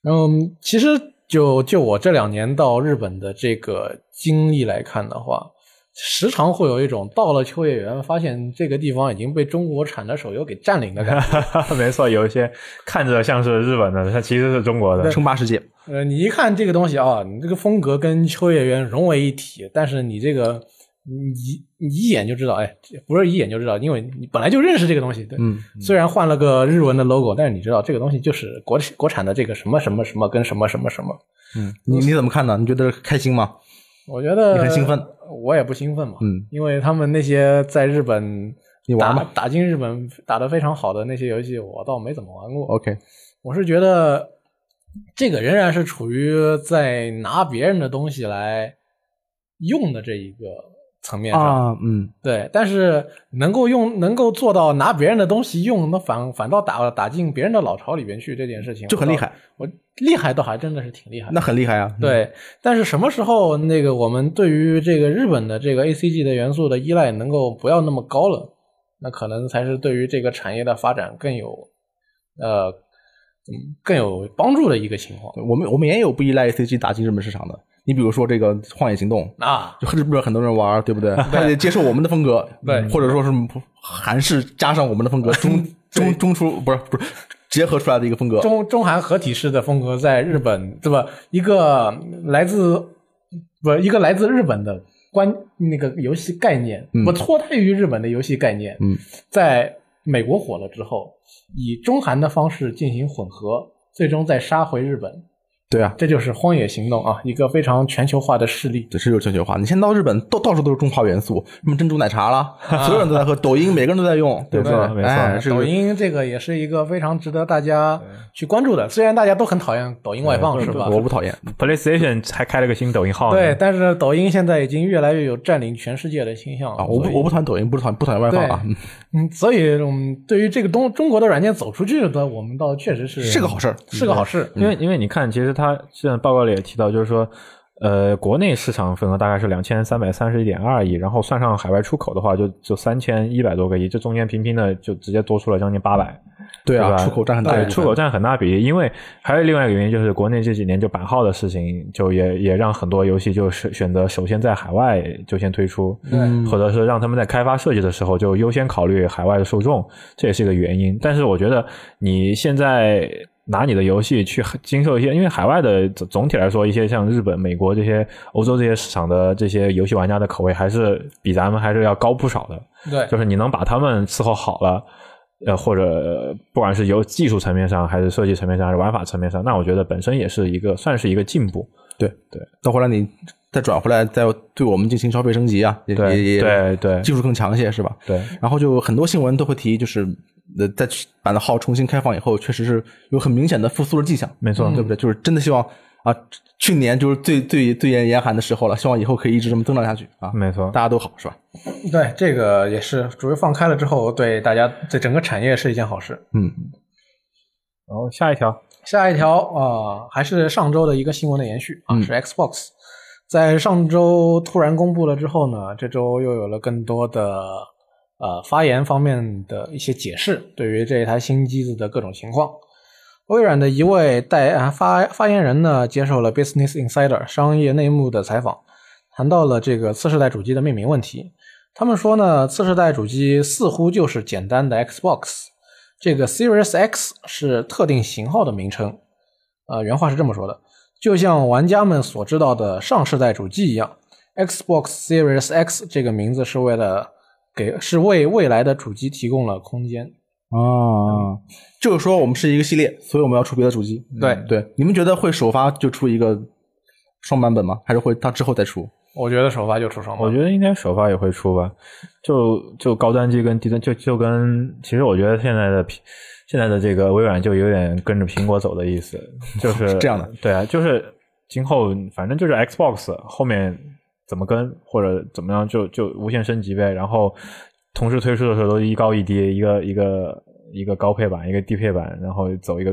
嗯，其实就就我这两年到日本的这个经历来看的话，时常会有一种到了秋叶原，发现这个地方已经被中国产的手游给占领的感觉。 没错，有一些看着像是日本的，它其实是中国的。称霸世界，呃，你一看这个东西啊，你这个风格跟秋叶原融为一体，但是你这个你一你一眼就知道，哎，不是一眼就知道，因为你本来就认识这个东西，对。嗯，虽然换了个日文的 logo，但是你知道这个东西就是国国产的这个什么什么什么跟什么什么什么，嗯，你你怎么看呢？你觉得开心吗？我觉得你很兴奋，我也不兴奋嘛，嗯，因为他们那些在日本你玩打吧。打进日本打得非常好的那些游戏，我倒没怎么玩过。 OK，我是觉得这个仍然是处于在拿别人的东西来用的这一个层面上，啊，嗯，对。但是能够用，能够做到拿别人的东西用，那反反倒打打进别人的老巢里边去这件事情，就很厉害，我倒。我厉害倒还真的是挺厉害的。那很厉害啊。嗯，对，但是什么时候那个我们对于这个日本的这个 A C G 的元素的依赖能够不要那么高了，那可能才是对于这个产业的发展更有呃嗯更有帮助的一个情况我们我们也有不依赖 ACG 打进日本市场的。你比如说这个《荒野行动》，啊。就日本很多人玩儿，对不对？他得接受我们的风格，对或者说是韩式加上我们的风格，中中中出不是不是结合出来的一个风格。中中韩合体式的风格在日本，对吧？一个来自不一个来自日本的关那个游戏概念，嗯不脱胎于日本的游戏概念，嗯，在美国火了之后，以中韩的方式进行混合，最终再杀回日本，对啊，这就是《荒野行动》啊，一个非常全球化的势力。这是有全球化。你现在到日本，到到处都是中华元素，什么珍珠奶茶啦，所有人都在喝，抖音每个人都在用，对不对没错？没错哎，是抖音这个也是一个非常值得大家去关注的，虽然大家都很讨厌抖音外放，对是吧？我不讨厌， PlayStation 还开了个新抖音哦号呢，对，但是抖音现在已经越来越有占领全世界的倾向了。啊，我所不以我不讨厌抖音，不讨厌不讨厌外放啊，嗯嗯，所以我们对于这个东中国的软件走出去的，我们倒确实是嗯是个好事儿。是个好事。因为因为你看，其实他现在报告里也提到，就是说，呃，国内市场份额大概是两千三百三十一点二亿，然后算上海外出口的话就，就三千一百多个亿，这中间平平的就直接多出了将近八百。对啊，吧出口占很大一对，部分出口占很大比例。因为还有另外一个原因，就是国内这几年就版号的事情，就也也让很多游戏就是选择首先在海外就先推出，嗯或者是让他们在开发设计的时候就优先考虑海外的受众，这也是一个原因。但是我觉得你现在。拿你的游戏去经受一些，因为海外的总总体来说，一些像日本、美国这些、欧洲这些市场的这些游戏玩家的口味，还是比咱们还是要高不少的。对，就是你能把他们伺候好了，呃，或者呃不管是由技术层面上，还是设计层面上，还是玩法层面上，那我觉得本身也是一个算是一个进步。到后来你再转回来，再对我们进行消费升级啊，也对也也对对技术更强一些是吧？对，然后就很多新闻都会提，就是呃，在版的号重新开放以后，确实是有很明显的复苏的迹象，没错，嗯对不对？就是真的希望啊，去年就是最最最严严寒的时候了，希望以后可以一直这么增长下去啊，嗯没错，大家都好是吧？嗯对，这个也是，主要放开了之后，对大家对整个产业是一件好事。嗯，然后下一条，下一条啊、还是上周的一个新闻的延续啊，嗯是 Xbox 在上周突然公布了之后呢，这周又有了更多的呃发言方面的一些解释，对于这一台新机子的各种情况。微软的一位代啊发发言人呢，接受了 Business Insider 商业内幕的采访，谈到了这个次世代主机的命名问题。他们说呢，次世代主机似乎就是简单的 Xbox，这个 Series X 是特定型号的名称，呃，原话是这么说的，就像玩家们所知道的上世代主机一样，Xbox Series X 这个名字是为了给是为未来的主机提供了空间。啊，就是说我们是一个系列，所以我们要出别的主机。对嗯对，你们觉得会首发就出一个双版本吗？还是会它之后再出？我觉得首发就出双吧，我觉得应该首发也会出吧，就就高端机跟低端，就就跟其实我觉得现在的苹现在的这个微软就有点跟着苹果走的意思， 就是这样的，对啊，就是今后反正就是 Xbox 后面怎么跟或者怎么样就就无限升级呗，然后同时推出的时候都一高一低，一个一个一个高配版，一个低配版，然后走一个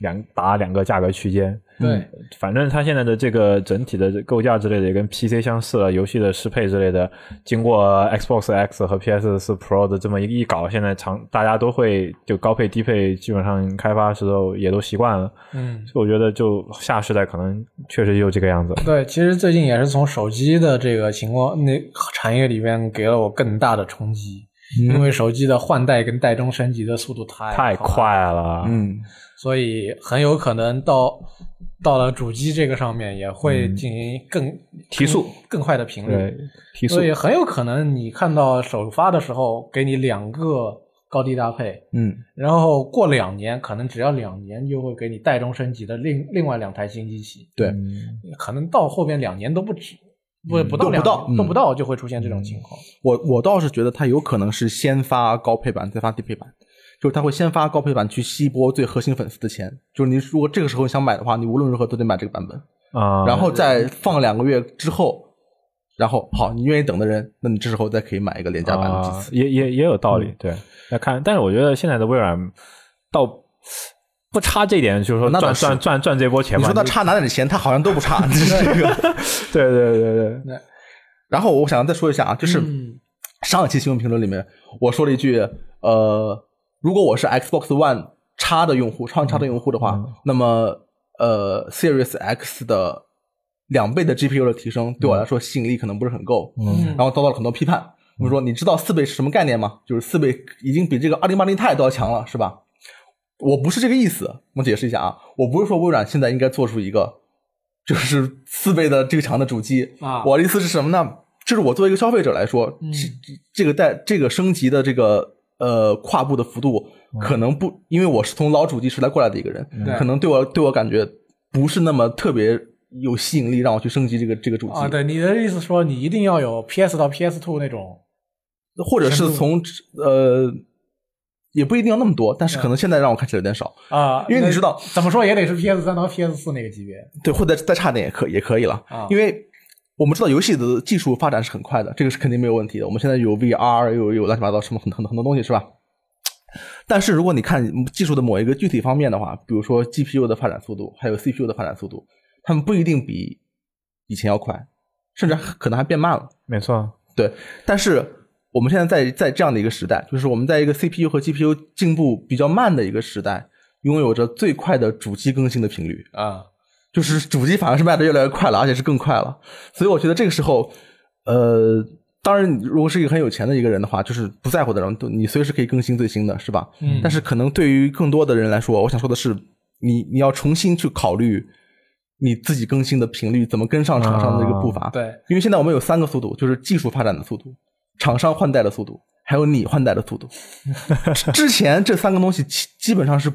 两打两个价格区间，嗯对，反正它现在的这个整体的构架之类的，也跟 PC 相似了，游戏的适配之类的，经过 Xbox X 和 PS 四 Pro 的这么一一搞，现在常大家都会就高配低配，基本上开发时候也都习惯了，嗯，所以我觉得就下世代可能确实就这个样子。对，其实最近也是从手机的这个情况那产业里面给了我更大的冲击，因为手机的换代跟代中升级的速度太太快了快了，嗯，所以很有可能到到了主机这个上面也会嗯进行更、提速更、更快的频率对，，提速所以很有可能你看到首发的时候给你两个高低搭配，嗯，然后过两年可能只要两年就会给你代中升级的另另外两台新机器，对，嗯可能到后边两年都不止。不不到都不两到年都嗯不到就会出现这种情况。我我倒是觉得它有可能是先发高配版，再发低配版，就是它会先发高配版去吸一波最核心粉丝的钱。就是你如果这个时候想买的话，你无论如何都得买这个版本，啊，然后再放两个月之后，然后好，你愿意等的人，那你这时候再可以买一个廉价版的啊 PC。也也也有道理，嗯对，要看。但是我觉得现在的微软倒不差这点，就是说那倒赚是赚赚赚这波钱你嘛。说它差哪点钱，它好像都不 差，这是一个。对对对对，然后我想再说一下啊，就是嗯上一期新闻评论里面我说了一句，呃，如果我是 Xbox One 叉的用户，超叉的用户的话，那么呃 Series X 的两倍的 GPU 的提升对我来说吸引力可能不是很够，嗯然后遭到了很多批判。我说，你知道四倍是什么概念吗？就是四倍已经比这个二零八零 i 都要强了，是吧？我不是这个意思，我解释一下啊，我不是说微软现在应该做出一个就是四倍的这个强的主机啊我的意思是什么呢？就是我作为一个消费者来说，嗯这这这个代这个升级的这个呃跨步的幅度嗯可能不，因为我是从老主机时代过来的一个人，对可能对我对我感觉不是那么特别有吸引力，让我去升级这个这个主机啊，对你的意思说你一定要有 PS 到 PS Two 那种或者是从呃，也不一定要那么多，但嗯是可能现在让我看起来有点少，啊，因为你那知道怎么说也得是 PS 三到 PS 四那个级别对，或者再差点也可也可以了，啊，因为为我们知道游戏的技术发展是很快的，这个是肯定没有问题的。我们现在有 VR，有有乱七八糟什么很很很多东西是吧？但是如果你看技术的某一个具体方面的话，比如说 GPU 的发展速度，还有 CPU 的发展速度，他们不一定比以前要快，甚至还可能还变慢了。没错，对，但是我们现在在在这样的一个时代，就是我们在一个 CPU 和 GPU 进步比较慢的一个时代，拥有着最快的主机更新的频率，啊，就是主机反而是卖的越来越快了，而且是更快了。所以我觉得这个时候，呃，当然如果是一个很有钱的一个人的话，就是不在乎的人，都你随时可以更新最新的，是吧？嗯但是可能对于更多的人来说，我想说的是，你你要重新去考虑你自己更新的频率怎么跟上厂商的一个步伐。啊对因为现在我们有三个速度，就是技术发展的速度、厂商换代的速度，还有你换代的速 度。之前这三个东西基基本上是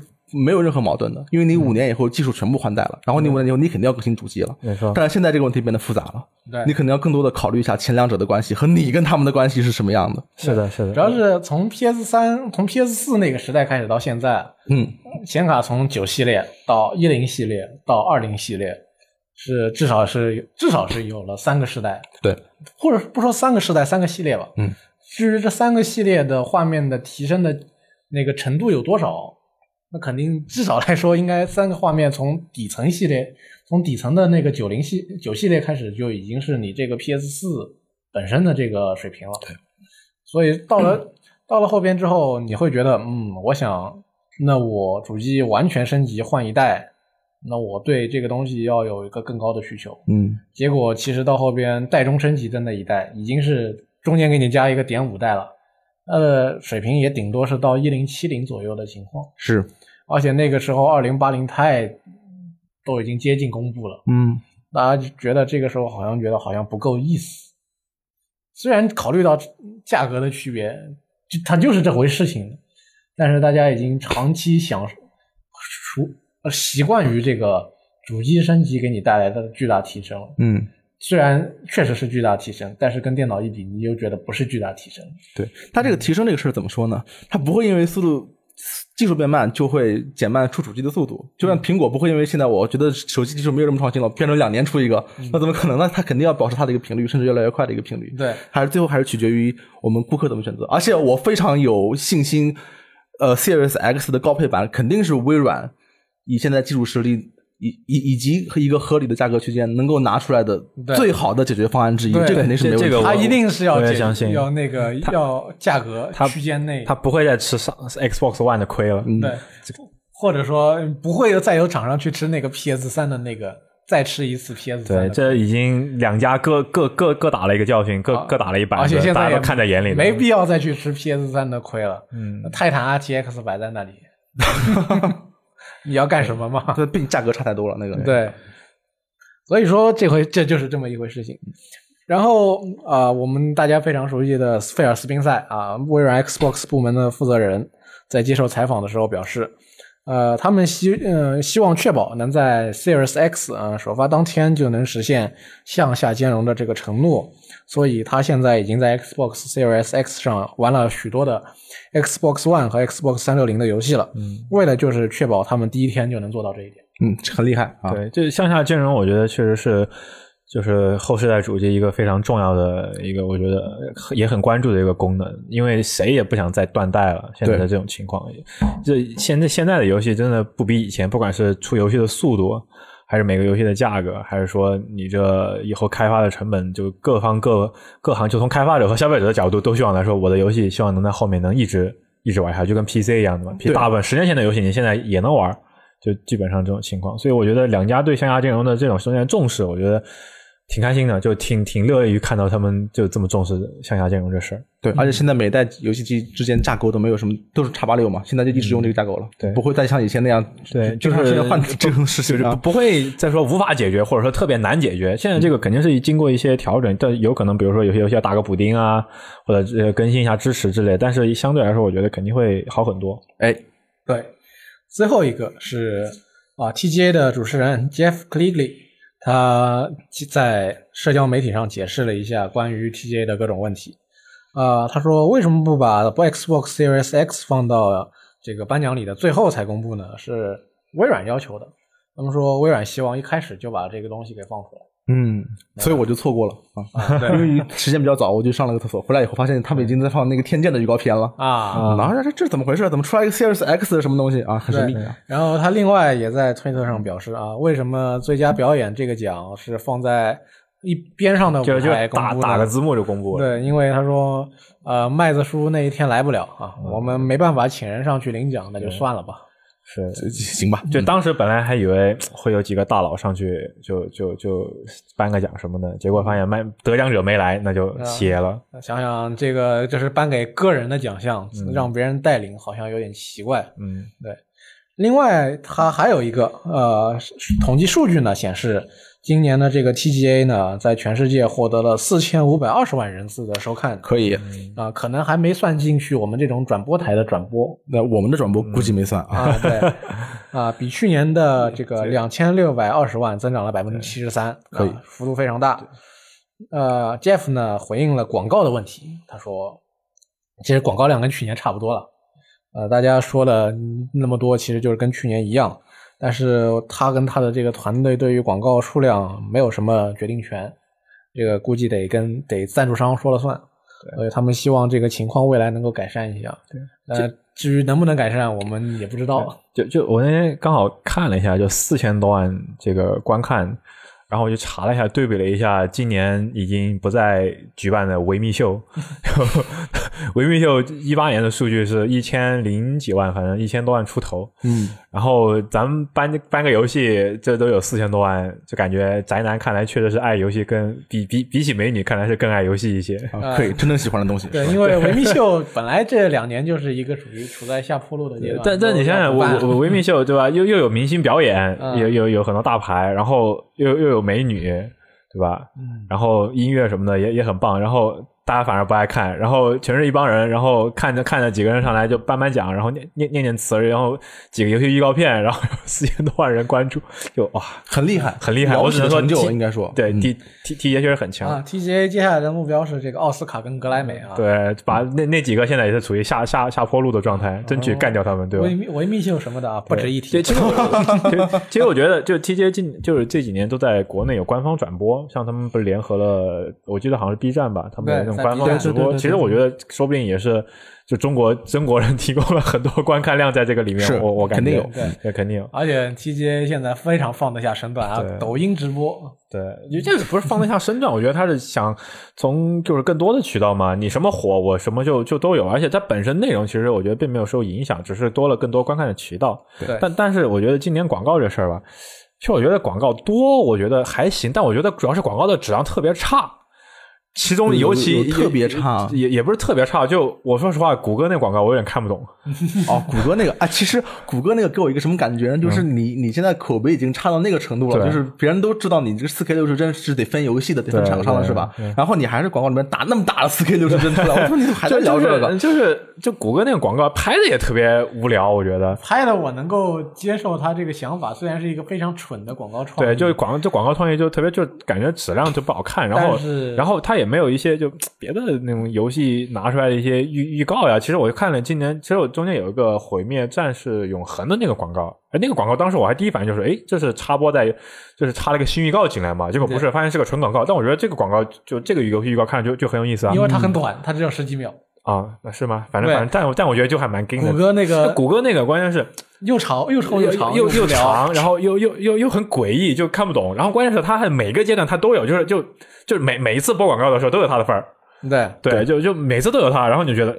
没有任何矛盾的，因为你五年以后技术全部换代了，然后你五年以后你肯定要更新主机了。没错。但是现在这个问题变得复杂了，对，你可能要更多的考虑一下前两者的关系和你跟他们的关系是什么样的。是的，是的，主要是从 PS 三从 PS 四那个时代开始到现在，嗯，显卡从九系列到一零系列到二零系列，是至少是至少是有了三个世代，对，或者不说三个世代，三个系列吧。嗯，至于这三个系列的画面的提升的那个程度有多少，那肯定至少来说，应该三个画面从底层系列，从底层的那个九零系九系列开始，就已经是你这个 PS 四本身的这个水平了。对，所以到了、到了后边之后，你会觉得，嗯，我想，那我主机完全升级换一代，那我对这个东西要有一个更高的需求。嗯，结果其实到后边代中升级的那一代，已经是中间给你加一个点五代了，呃，水平也顶多是到一零七零左右的情况，是，而且那个时候二零八零 i 都已经接近公布了，嗯，大家就觉得这个时候好像觉得好像不够意思，虽然考虑到价格的区别，就它就是这回事情，但是大家已经长期享受、熟呃习惯于这个主机升级给你带来的巨大提升了。嗯。虽然确实是巨大提升，但是跟电脑一比，你又觉得不是巨大提升。对它这个提升这个事儿怎么说呢？它不会因为速度技术变慢就会减慢出主机的速度，就像苹果不会因为现在我觉得手机技术没有这么创新了，变成两年出一个，那怎么可能呢？它肯定要保持它的一个频率，甚至越来越快的一个频率。对，还是最后还是取决于我们顾客怎么选择。而且我非常有信心，呃，Series X 的高配版肯定是微软以现在技术实力。以以以及和一个合理的价格区间能够拿出来的对最好的解决方案之一，对这肯定是没问这题的。这个我它一定是我要也解相信要那个要价格它区间内，他不会再吃上 Xbox One 的亏了。嗯对，或者说不会再有厂商去吃那个 PS 三的那个，再吃一次 PS 对，三。这已经两家各各各各打了一个教训，各、啊各打了一板子，而且现大在家也都看在眼里的。没必要再去吃 PS 三的亏了。嗯，泰坦 RTX 摆在那 里， 你要干什么嘛？ 对，毕竟价格差太多了。那个，对，啊所以说这回这就是这么一回事情。然后啊、呃我们大家非常熟悉的费尔斯宾塞啊，微软 Xbox 部门的负责人，在接受采访的时候表示，呃，他们希呃希望确保能在 Series X 啊、首发当天就能实现向下兼容的这个承诺，所以它现在已经在 Xbox Series X 上玩了许多的 Xbox One 和 Xbox 三六零的游戏了。嗯，为了就是确保他们第一天就能做到这一点。嗯，很厉害啊。对，这向下兼容，我觉得确实是就是后世代主机一个非常重要的一个，我觉得也很关注的一个功能，因为谁也不想再断代了。现在的这种情况，这现在现在的游戏真的不比以前，不管是出游戏的速度，还是每个游戏的价格，还是说你这以后开发的成本，就各方各各行，就从开发者和消费者的角度都希望来说，我的游戏希望能在后面能一直一直玩下去，就跟 PC 一样的嘛。对大部分十年前的游戏，你现在也能玩。就基本上这种情况。所以我觉得两家对向下兼容的这种现在重视，我觉得挺开心的，就挺挺乐于看到他们就这么重视向下兼容这事儿。对，嗯而且现在每代游戏机之间架构都没有什么，都是叉八六嘛，现在就一直用这个架构了，对不会再像以前那样，对嗯就就是是换这种事情就是啊不不会再说无法解决，或者说特别难解决。现在这个肯定是经过一些调整，但有可能比如说有些游戏要打个补丁啊，或者呃更新一下支持之类。但是相对来说，我觉得肯定会好很多。哎，对，最后一个是啊，TGA 的主持人 Jeff Quigley，他在社交媒体上解释了一下关于 TGA 的各种问题。啊、他说为什么不把 Xbox Series X 放到这个颁奖礼的最后才公布呢？是微软要求的。他们说微软希望一开始就把这个东西给放出来。嗯，所以我就错过了啊，因为时间比较早，我就上了个厕所，回来以后发现他们已经在放那个《天剑》的预告片 了。啊，然后这这怎么回事？怎么出来一个 Series X 的什么东西啊？很神秘啊！然后他另外也在推特上表示啊，为什么最佳表演这个奖是放在一边上的舞就就台公打布打呢个字幕就公布了。对，因为他说，呃，麦子叔那一天来不了啊，嗯我们没办法请人上去领奖，那就算了吧。是 行嗯吧，就当时本来还以为会有几个大佬上去就就就颁个奖什么的，结果发现麦得奖者没来，那啊就歇了。呃想想这个，就是颁给个人的奖项，嗯让别人带领，好像有点奇怪。嗯，另外，它还有一个呃，统计数据呢显示，今年的这个 TGA 呢，在全世界获得了四千五百二十万人次的收看可以。啊、可能还没算进去我们这种转播台的转播那我们的转播估计没算啊。啊，对，啊，比去年的这个两千六百二十万增长了百分之七十三，可以啊幅度非常大。呃，Jeff 呢回应了广告的问题，他说，其实广告量跟去年差不多了，呃，大家说了那么多，其实就是跟去年一样，但是他跟他的这个团队对于广告数量没有什么决定权，这个估计得跟得赞助商说了算。所以他们希望这个情况未来能够改善一下。对，呃，至于能不能改善，我们也不知道。就就我那天刚好看了一下，就四千多万这个观看，然后我就查了一下，对比了一下今年已经不再举办的维密秀， 然后维密秀一八年的数据是一千零几万，反正一千多万出头。嗯，然后咱们搬搬个游戏，这都有四千多万，就感觉宅男看来确实是爱游戏更比比比起美女看来是更爱游戏一些。啊可以，真正喜欢的东西。对，因为维密 秀本来这两年就是一个属于 处在下坡路的阶段。但但你想想，我我我维密秀对吧？又又有明星表演，嗯有有有很多大牌，然后又又有美女，对吧？嗯然后音乐什么的也也很棒，然后大家反而不爱看，然后全是一帮人，然后看着看着几个人上来就颁颁奖，然后念念念念词儿，然后几个游戏预告片，然后四千多万人关注，就哇，很厉害，很厉害了不我只能起的说成就提应该说对嗯 T T T 也确实很强。啊，TGA 接下来的目标是这个奥斯卡跟格莱美啊。，对，把那那几个现在也是处于下下下坡路的状态，争取干掉他们，对吧？维密维密秀什么的啊，不值一提对，。其实我其 实其实我觉得，就 TJ 近就是这几年都在国内有官方转播，像他们不是联合了，我记得好像是 B 站吧，他们有那种对官在方 B 站直对播。对对对其实我觉得，说不定也是就中国中国人 提供了很多观看量在这个里面，是我我感肯定觉有对，对，肯定有。 而且 TGA 现在非常放得下身段啊对，抖音直播。对，因为这个不是放得下身段，我觉得他是想从就是更多的渠道嘛，你什么火我什么就就都有，而且它本身内容其实我觉得并没有受影响，只是多了更多观看的渠道。对但但是我觉得今年广告这事儿吧，其实我觉得广告多，我觉得还行，但我觉得主要是广告的质量特别差。其中尤有其有特别差也也也不是特别差，就我说实话，谷歌那广告我有点看不懂。哦，谷歌那个啊，其实谷歌那个给我一个什么感觉呢？就是你你现在口碑已经差到那个程度了，嗯对就是别人都知道你这个四 K 六十帧是得分游戏的，得分对厂商的对是吧？然后你还是广告里面打那么大的四 K 六十帧出 来，我说你怎么还在就聊这 个？就是就是就谷歌那个广告拍的也特别无聊，我觉得。拍的我能够接受他这个想法，虽然是一个非常蠢的广告创意，哦对，就是广这广告创意就特别，就感觉质量就不好看，然后但是然后它也没有一些就别的那种游戏拿出来的一些预预告呀。其实我就看了今年，其实我中间有一个毁灭战士永恒的那个广告，哎，那个广告当时我还第一反应就是，哎，这是插播在，就是插了一个新预告进来嘛，结果不是，发现是个纯广告。但我觉得这个广告就这个游戏预告看着就就很有意思啊因为它很短，它只有十几秒。啊，那是吗？反正对反正，但我但我觉得就还蛮跟谷的。歌那个谷歌那个关键是又长又臭又长又无又聊，长，然后又又又又很诡异，就看不懂。然后关键是它还每个阶段它都有，就是就就是每每一次播广告的时候都有它的份儿，对，对，就就每次都有它，然后你就觉得。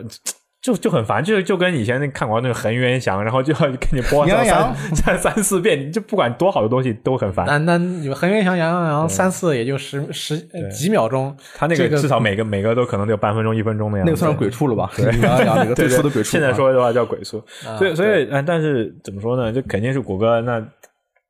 就就很烦，就就跟以前那看广告那个恒源祥，然后就要给你播杨上洋啊三 三三四遍，你就不管多好的东西都很烦。那那你们恒源祥、杨阳洋三四也就十十呃几秒钟，他那这个个至少每个每个都可能得有半分钟一分钟的样那个子。算是鬼畜了吧？ 你刚刚 讲那个最初的鬼畜，啊现在说的话叫鬼畜，啊所以所以哎，但是怎么说呢？就肯定是谷歌那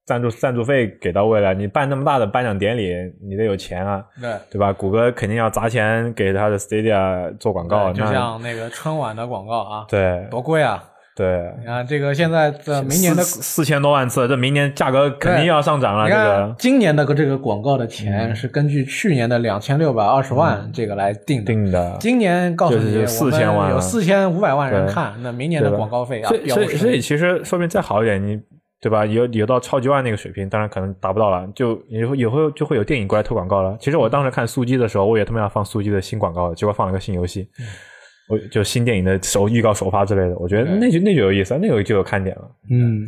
赞助赞助费给到位了，你办那么大的颁奖典礼，你得有钱啊，对。对吧？谷歌肯定要砸钱给他的 Stadia 做广告，就那像那个春晚的广告啊，对多贵啊！对，你看这个现在的明年的，四四千多万次，这明年价格肯定要上涨了，你这看个嗯今年的这个广告的钱是根据去年的两千六百二十万这个来定的。定的。今年告诉就你，是有我们4000万有了四千五百万人对看，那明年的对吧广告费啊所，以飙所以所以升。其实说不定再好一点，你对吧？有有到超级万那个水平，当然可能达不到了，就以后以后就会有电影过来投广告了。其实我当时看速激的时候，我以为他们要放速激的新广告，结果放了个新游戏，嗯我就新电影的首预告首发之类的，我觉得对那就那就有意思，那个就有看点了。嗯，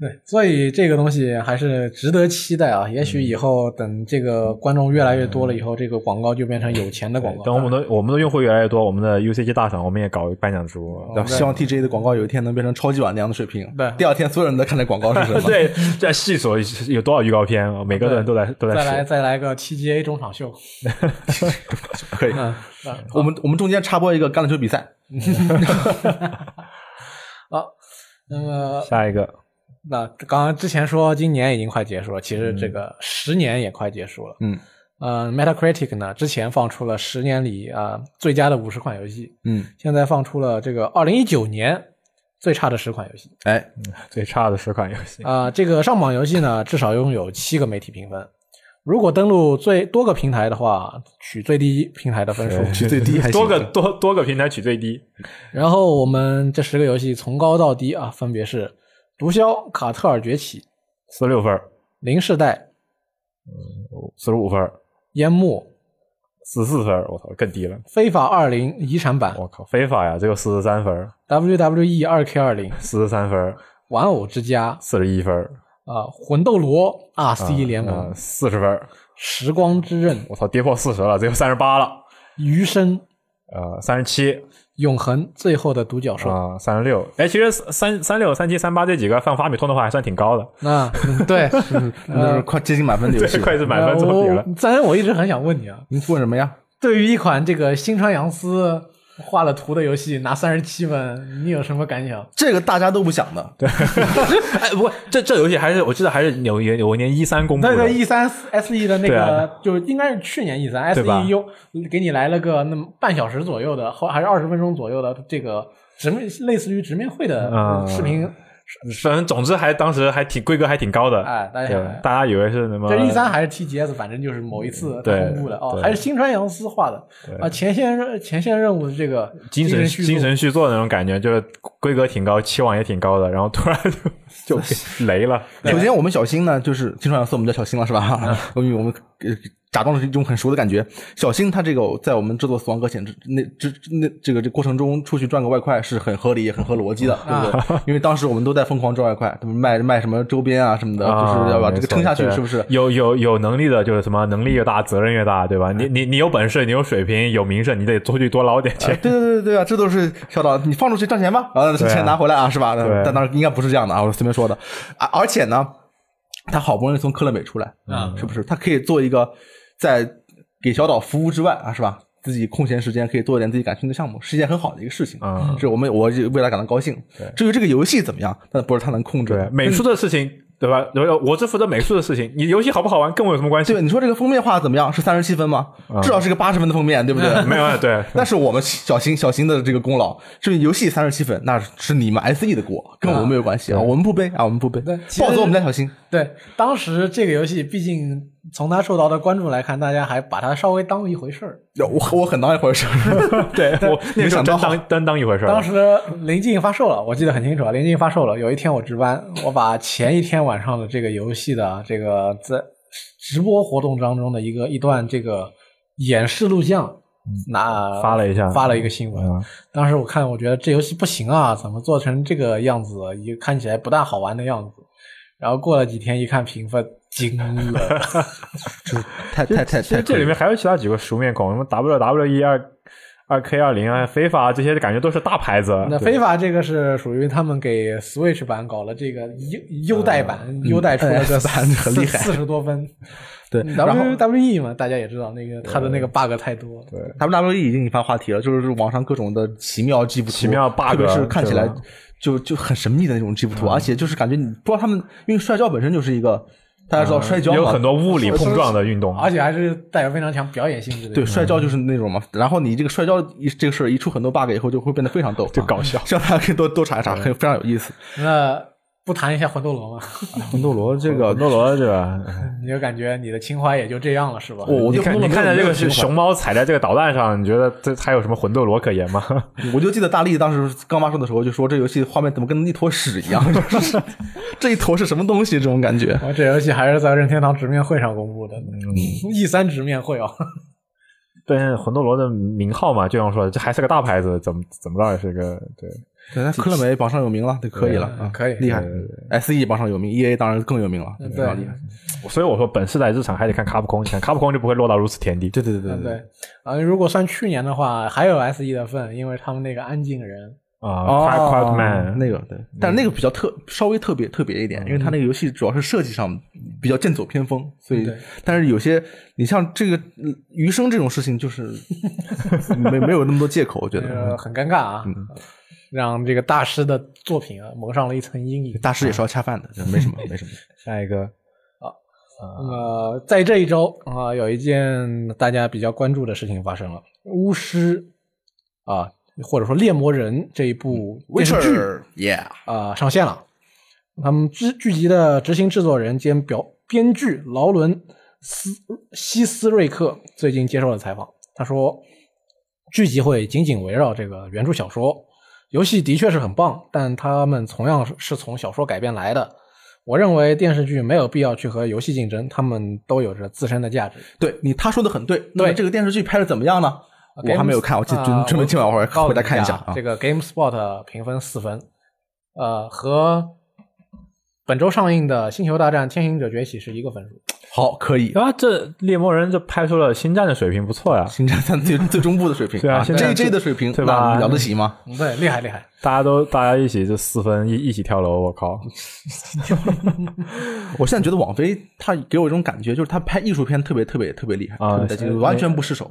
对，所以这个东西还是值得期待啊！也许以后等这个观众越来越多了以后，这个广告就变成有钱的广告。等我们的我们的用户越来越多，我们的 UCG 大厂我们也搞颁奖直播，哦然后希望 TJ 的广告有一天能变成超级碗那样的水平。对第二天所有人都在看那广告是什么？ 对，在细数有多少预告片，每个人都在都在再来数。再来个 TGA 中场秀，可以。嗯，我们我们中间插播一个橄榄球比赛，好，那么下一个，那刚刚之前说今年已经快结束了，其实这个十年也快结束了。嗯嗯、m e t a c r i t i c 呢之前放出了十年里啊、最佳的五十款游戏，嗯，现在放出了这个二零一九年最差的十款游戏哎，最差的十款游戏，啊、这个上榜游戏呢至少拥有七个媒体评分，如果登录最多个平台的话，取最低平台的分数。取最低还行多个多多个平台取最低，然后我们这十个游戏从高到低啊，分别是《毒枭》《卡特尔崛起》《四六分儿，零世代》《四十五分儿，烟幕》四四分儿，我操，更低了。 《非法二零遗产版》我靠，非法呀，只有四十三分儿， WWE 二 K 二零《四十三分儿，玩偶之家》四十一分儿，啊，《魂斗罗》RC 联盟，啊四十分儿，时光之刃》《我操，跌破四十了，只有三十八了，余生》《呃，三十七永恒》《最后的独角兽》啊，三十六。哎，其实三三六、三七、三八这几个放法米通的话还算挺高的，那嗯对，那是快接近满分的游戏 对，了。快是 满分作哦品了呃。我当然，我一直很想问你啊，你问什么呀？对于一款这个新川洋司画了图的游戏拿三十七分，你有什么感想？这个大家都不想的。对，哎，不过这这游戏还是我记得还是有有有年一三公布那的个 E 三 S E 的那对个啊，就应该是去年 E 三 S 对吧 E 又给你来了个那么半小时左右的，或还是二十分钟左右的这个直面，类似于直面会的嗯视频，反正总之还当时还挺规格还挺高的，哎大家对想大家以为是什么这 E 三还是 TGS，反正就是某一次它对公布的哦，对还是新川洋司画的啊，前线任前线任务的这个精神叙述精神续作的那种感觉，就是规格挺高，期望也挺高的，然后突然就 就 给雷了。首先我们小新呢，就是听说要算我们叫小新了是吧？因为我们呃假装是一种很熟的感觉。小新他这个在我们制作《死亡搁浅》之那之那这个这过程中出去赚个外快是很合理也很合逻辑的，对不对？因为当时我们都在疯狂赚外快，他们卖卖什么周边啊什么的，就是要把这个撑下去，是不是？有有有能力的，就是什么能力越大，责任越大，对吧？你你你有本事，你有水平，有名声，你得出去多捞点钱。 对对对对啊，这都是小岛，你放出去赚钱吧，然后对啊钱拿回来啊，是吧？对但当然应该不是这样的啊，我随便说的啊。而且呢，他好不容易从科乐美出来，嗯是不是？他可以做一个在给小岛服务之外啊，是吧？自己空闲时间可以做一点自己感兴趣的项目，是一件很好的一个事情。嗯是我们我也为他感到高兴。至于这个游戏怎么样，那不是他能控制 对的。美术的事情，对吧？我我只负责美术的事情，你游戏好不好玩跟我有什么关系？对，你说这个封面画得怎么样？是三十七分吗？至少是个八十分的封面，对不对？嗯 没有， 对，那是我们小新小新的这个功劳。至于游戏三十七分，那是你们 SE 的锅，跟我们没有关系啊，我们不背啊，我们不背，对其实暴走我们家小新。对，当时这个游戏，毕竟从它受到的关注来看，大家还把它稍微当一回事儿。我我很当一回事儿， 对我那个时候没想到真当真当一回事儿了。当时临近发售了，我记得很清楚啊，临近发售了。有一天我值班，我把前一天晚上的这个游戏的这个在直播活动当中的一个一段这个演示录像拿嗯发了一下发了一个新闻。嗯当时我看，我觉得这游戏不行啊，怎么做成这个样子，也看起来不大好玩的样子。然后过了几天一看评分，惊了，太太太其太实这里面还有其他几个熟面孔，什么 WWE 二二 K 二零啊、非法这些，感觉都是大牌子。啊那对非法这个是属于他们给 Switch 版搞了这个优优待版，优待出了个 S 版嗯 很厉害四十多分。 对。然后 WWE 嘛，大家也知道那个他的那个 bug 太多了。对 WWE E 已经引发话题了，就是网上各种的奇妙 GIF 图，奇妙 bug，特别是看起来对吧嗯就就很神秘的那种 GIF 图，而且就是感觉你不知道他们，因为摔跤本身就是一个大家知道摔跤嘛嗯哎有很多物理碰撞的运动，而且还是带有非常强表演性质的。对，摔跤就是那种嘛，然后你这个摔跤一这个事儿一出很多 bug 以后，就会变得非常逗，就搞笑希望大家可以多多查一查，很非常有意思。那不谈一下魂斗罗吗？魂斗哎罗这哦个魂斗罗对吧？ 你就感觉你的情怀也就这样了，是吧？哦我我你就看不你能看见这个没有是情怀熊猫踩在这个导弹上，你觉得这还有什么魂斗罗可言吗？ 我就记得大力当时刚发售的时候就说这游戏画面怎么跟一坨屎一 样，就是这一坨是什么东西这种感觉。我这游戏还是在任天堂直面会上公布的，E 嗯 三直面会哦。但是魂斗罗的名号嘛，就像说的，这还是个大牌子，怎么怎么着也是个对。对，那科乐美榜上有名了，对，可以了嗯 啊，可以厉害。S E 榜上有名，E A 当然更有名了，嗯非常厉害。所以我说本世代日常还得看卡普空，你看卡普空就不会落到如此田地。对对对嗯对对，啊，如果算去年的话，还有 S E 的份，因为他们那个安静人，啊哦，Quiet Quiet Man 那个对，但是那个比较特，稍微特别特别一点，因为它那个游戏主要是设计上比较剑走偏锋，所以对但是有些你像这个嗯余生这种事情，就是 没没有那么多借口，我觉那得个很尴尬啊，让这个大师的作品啊蒙上了一层阴影。大师也是要恰饭的，没什么没什么。下一个那么在这一周啊、有一件大家比较关注的事情发生了，巫师啊、或者说猎魔人这一部嗯电视剧 yeah，啊、上线了。他们剧剧集的执行制作人兼表编剧劳伦斯西斯瑞克最近接受了采访，他说，剧集会紧紧围绕这个原著小说，游戏的确是很棒，但他们同样是是从小说改编来的。我认为电视剧没有必要去和游戏竞争，他们都有着自身的价值。对你他说的很对。那么对这个电视剧拍的怎么样呢？我还没有看，我今啊准准备今晚我回告诉回你来看一下啊啊这。个 GameSpot 评分四分，呃，和本周上映的《星球大战：天行者崛起》是一个分数。好，可以。 啊，这猎魔人这拍出了星战的水平，不错呀，星战三最最中部的水平，对啊现在 j J 的水平，对吧那了得起吗？嗯对，厉害厉害。大家都大家一起就四分一一起跳楼，我靠！我现在觉得网飞他给我一种感觉，就是他拍艺术片特别特别特别厉害，啊特别带劲是完全不失手。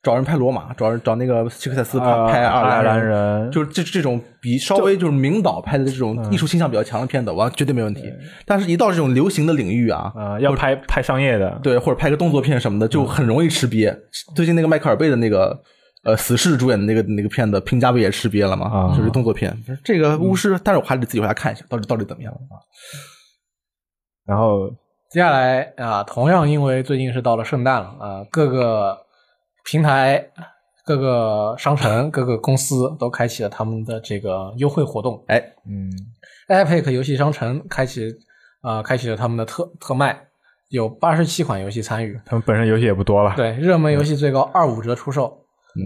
找人拍罗马，找人找那个希克塞斯拍啊拍爱尔尔兰人，人就是这这种比稍微就是名导拍的这嗯种艺术倾向比较强的片子，完绝对没问题。但是，一到这种流行的领域啊，啊、要拍拍商业的，对，或者拍个动作片什么的，就很容易吃瘪。最近那个迈克尔贝的那个呃死侍主演的那个那个片子，评价不也吃瘪了吗？啊嗯就是动作片。这个巫师，但是我还得自己回来看一下，到底到底怎么样啊？然后接下来啊、同样因为最近是到了圣诞了啊、各个平台、各个商城、各个公司都开启了他们的这个优惠活动。哎，嗯， Epic 游戏商城开启啊、开启了他们的特特卖，有八十七款游戏参与。他们本身游戏也不多了， 对，热门游戏最嗯高二五折出售，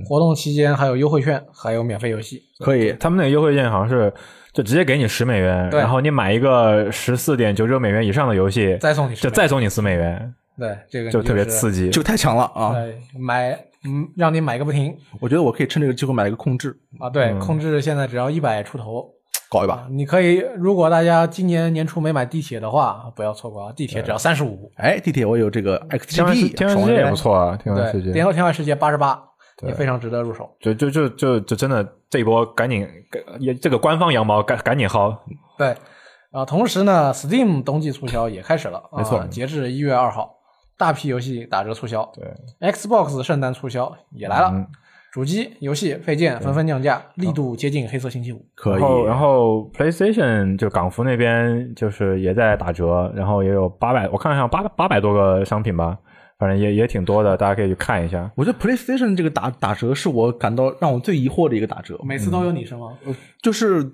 活动期间还有优惠券，还有免费游戏。可以，他们那个优惠券好像是就直接给你十美元，对然后你买一个十四点九九美元以上的游戏，再送你十嗯就枚再送你四美元，对这个就你特别是刺激。就太强了哎啊！对买嗯，让你买个不停我觉得我可以趁这个机会买一个控制，嗯啊！对，控制现在只要一百出头，搞一把。你可以，如果大家今年年初没买地铁的话，不要错过啊！地铁只要三十五，哎，地铁我有这个天外世 XGP，嗯天外世爽界歪也不错啊，天外世对，界联。合天外世界八十八，也对非常值得入手。就就就就就真的这一波赶紧，也这个官方羊毛赶赶紧薅，对，啊、同时呢，Steam 冬季促销也开始了，没错啊截至一月二号，大批游戏打折促销，对， Xbox 圣诞促销也来了，嗯主机、游戏配件纷纷降价，力度接近黑色星期五。可以。然后，然后 PlayStation 就港服那边就是也在打折，然后也有八百，我看了一下八八百多个商品吧，反正也也挺多的，大家可以去看一下。我觉得 PlayStation 这个打打折是我感到让我最疑惑的一个打折，嗯每次都有你是吗？就是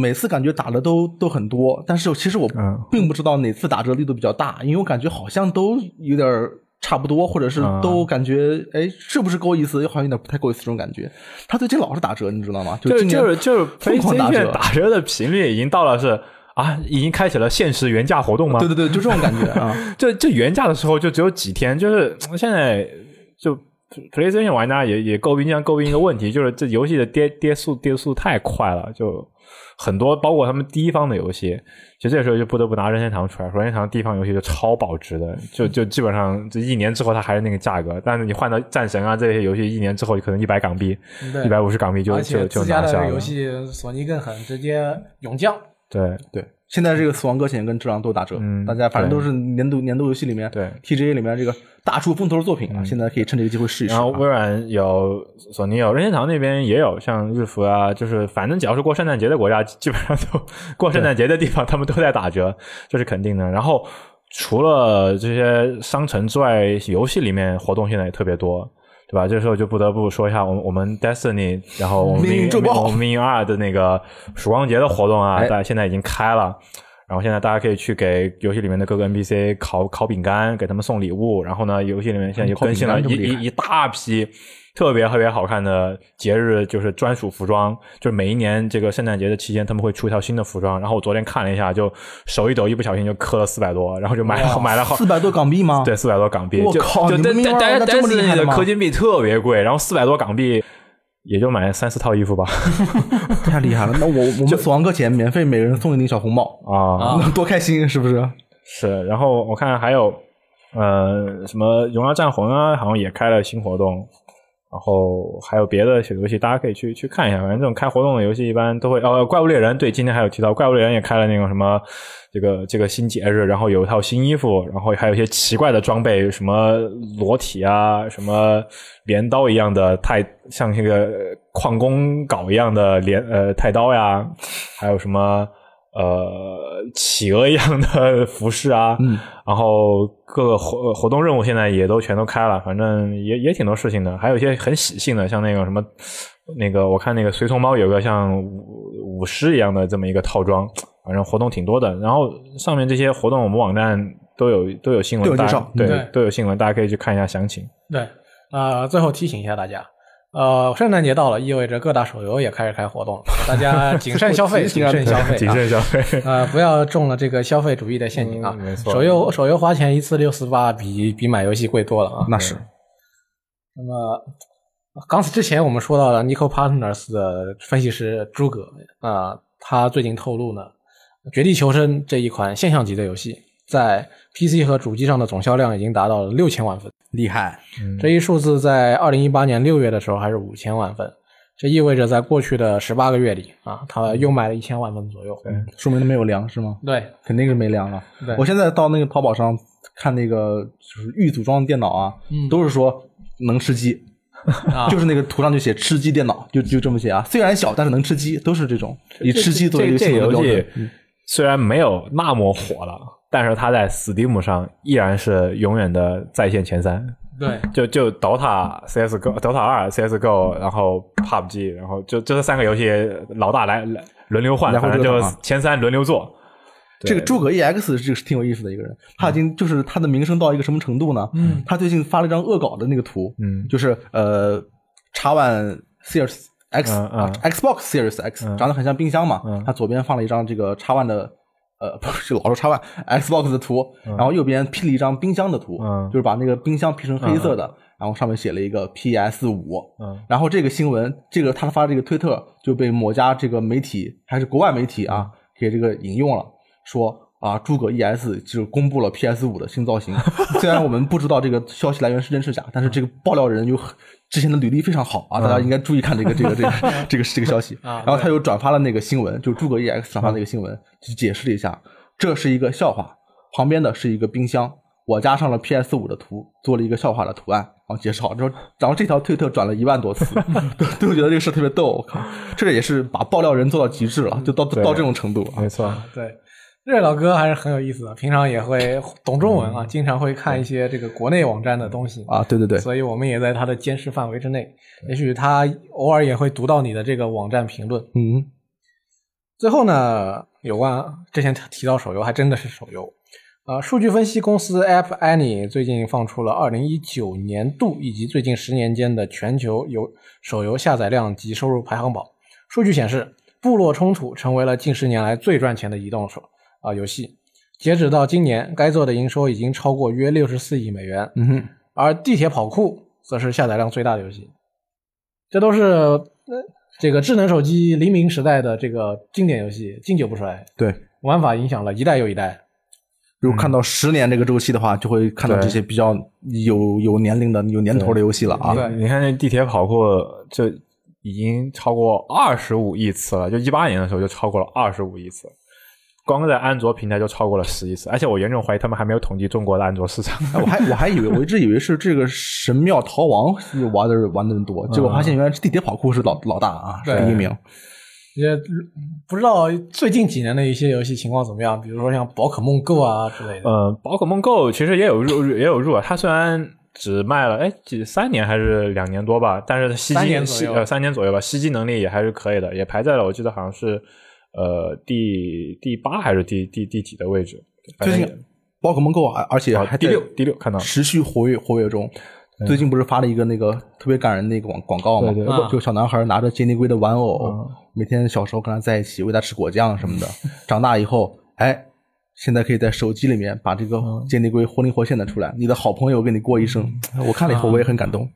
每次感觉打的都都很多，但是其实我嗯并不知道哪次打折力度比较大，因为我感觉好像都有点儿差不多，或者是嗯都感觉哎是不是够意思，又好像有点不太够意思这种感觉。他最近老是打折，你知道吗？就今年就是就是疯狂打 PlayStation 折，打折的频率已经到了是啊，已经开启了限时原价活动吗对？对对，就这种感觉啊。这这原价的时候就只有几天，就是呃现在就 PlayStation 玩家也也诟病，这样诟病一个问题，就是这游戏的跌跌速跌速太快了，就很多包括他们第一方的游戏，其实这时候就不得不拿任天堂出来，说任天堂第一方游戏就超保值的，就就基本上这一年之后它还是那个价格，但是你换到战神啊这些游戏，一年之后可能一百港币、对一百五十港币就而就且就自家拿下的了游。戏索尼更狠，直接涌降。对对，现在这个《死亡搁浅》跟《智狼》都打折，嗯大家反正都是年度年度游戏里面，对嗯 TGA 里面这个大出风头的作品啊，现在可以趁这个机会试一试、啊然后。微软有，索尼有，任天堂那边也有，像日服啊，就是反正只要是过圣诞节的国家，基本上都过圣诞节的地方，他们都在打折， 这是肯定的。然后除了这些商城之外，游戏里面活动现在也特别多。对吧？这时候就不得不说一下我们我们 Destiny，然后我们 命运命周报我们命运二的那个曙光节的活动啊，哎大家现在已经开了。然后现在大家可以去给游戏里面的各个 NPC 烤烤饼干，给他们送礼物。然后呢，游戏里面现在又更新了烤嗯饼一干这么厉害一一大批特别特别好看的节日，就是专属服装。就是每一年这个圣诞节的期间，他们会出一套新的服装。然后我昨天看了一下，就手一抖，一不小心就磕了四百多，然后就买了 买了好四百多港币吗？对，四百多港币。我就靠就你但们但命但二是那这么厉害的的吗氪金币特别贵，然后四百多港币也就买三四套衣服吧。太厉害了！那我我 们死亡搁浅免费每人送一顶小红帽，啊，嗯那 多开心是不是？是。然后我看还有呃什么《荣耀战魂》啊，好像也开了新活动。然后还有别的小游戏，大家可以去去看一下。反正这种开活动的游戏一般都会，哦，怪物猎人对，今天还有提到怪物猎人也开了那种什么这个这个新节日，然后有一套新衣服，然后还有一些奇怪的装备，什么裸体啊，什么镰刀一样的太像那个呃矿工镐一样的镰呃太刀呀，还有什么呃企鹅一样的 服饰啊，嗯，然后各个活呃活动任务现在也都全都开了，反正也也挺多事情的，还有一些很喜庆的，像那个什么，那个我看那个随从猫有个像舞舞狮一样的这么一个套装，反正活动挺多的。然后上面这些活动我们网站都有都有新闻，都有大介家绍对对都有新闻，大家可以去看一下 详情。对，呃，最后提醒一下大家，呃，圣诞节到了，意味着各大手游也开始开活动了，大家 谨慎消费，提谨醒啊慎消费，谨慎消费。啊、不要中了这个消费主义的陷阱啊！嗯没错手游手游花钱一次六四八，比比买游戏贵多了啊。那是那么，刚才之前我们说到了 Nico Partners 的分析师诸葛啊、他最近透露呢，《绝地求生》这一款现象级的游戏，在 PC 和主机上的总销量已经达到了六千万份，厉害，嗯这一数字在二零一八年六月的时候还是五千万份，这意味着在过去的十八个月里啊，他又卖了一千万份左右。说明他没有凉是吗？对肯定是没凉了。对我现在到那个淘宝上看那个就是预组装的电脑啊，嗯都是说能吃鸡，啊就是那个图上就写吃鸡电脑，就就这么写啊。虽然小，但是能吃鸡，都是这种以吃鸡作为一这个这性个能的标游戏准。嗯嗯虽然没有那么火了，但是它在 Steam 上依然是永远的在线前三。对，就就 DOTA、CS:GO、DOTA 二、CS:GO，然后 PUBG，然后就就这三个游戏老大来来轮流换，来回反正折腾就啊前三轮流做。对嗯这个诸葛 EX 这个是挺有意思的一个人，他已经就是他的名声到一个什么程度呢？嗯，他最近发了一张恶搞的那个图，嗯就是呃，叉 One Series X 嗯嗯啊 Xbox Series X 长得很像冰箱嘛嗯，他左边放了一张这个叉 One 的。呃，不是，老说叉 One Xbox 的图，然后右边 P 了一张冰箱的图，嗯就是把那个冰箱 P 成黑色的，然后上面写了一个 PS 五，嗯，然后这个新闻，这个他发这个推特就被某家这个媒体还是国外媒体啊给这个引用了，说啊诸葛 ES 就公布了 PS 五的新造型。 虽然我们不知道这个消息来源是真是假，但是这个爆料人有很之前的履历非常好啊，大家应该注意看这个这个这个这个这个消息。啊然后他又转发了那个新闻，就诸葛 EX 转发那个新闻，就解释了一下，这是一个笑话，旁边的是一个冰箱，我加上了 PS 五的图，做了一个笑话的图案，然后解释好之后，然后这条推特转了一万多 次，对，对我觉得这个事特别逗，我靠，这也是把爆料人做到极致了，就到嗯对到这种程度啊没，错，对，瑞老哥还是很有意思的，平常也会懂中文啊，经常会看一些这个国内网站的东西，啊，嗯对对对，所以我们也在他的监视范围之内。也许他偶尔也会读到你的这个网站评论。嗯，最后呢，有关之前提到手游，还真的是手游。呃，数据分析公司 App Annie 最近放出了2019年度以及最近十年间的全球游手游下载量及收入排行榜。数据显示，《部落冲突》成为了近十年来最赚钱的移动手啊、游戏。截止到今年，该作的营收已经超过约64亿美元。嗯哼，而《地铁跑酷》则是下载量最大的游戏。这都是呃这个智能手机黎明时代的这个经典游戏，经久不衰，对。玩法影响了一代又一代。如果看到十年这个周期的话，就会看到嗯对这些比较有有年龄的、有年头的游戏了啊！对你你看那地铁跑酷，这已经超过二十五亿次了，就一八年的时候就超过了二十五亿次。光在安卓平台就超过了十亿次，而且我严重怀疑他们还没有统计中国的安卓市场。哎，我还我还以为我一直以为是这个神庙逃亡玩的玩的人嗯多，结果发现原来是地铁跑酷是老老大啊，是对第一名。也不知道最近几年的一些游戏情况怎么样，比如说像宝可梦 Go 啊之类的。呃，宝可梦 Go 其实也有入也有入啊，它虽然只卖了哎几三年还是两年多吧，但是它吸三年金左吸右呃三年左右吧，吸金能力也还是可以的，也排在了我记得好像是呃第第八还是第第第几的位置，反最正近宝可梦 Go 啊而且也还啊第在六第六看到了持续活跃活跃中。最近不是发了一个那个特别感人的一个广广告嘛？对对啊就小男孩拿着杰尼龟的玩偶嗯，每天小时候跟他在一起，喂他吃果酱什么 的。长大以后，哎，现在可以在手机里面把这个嗯杰尼龟活灵活现的出来，你的好朋友跟你过一生。我看了啊以后，我也很感动。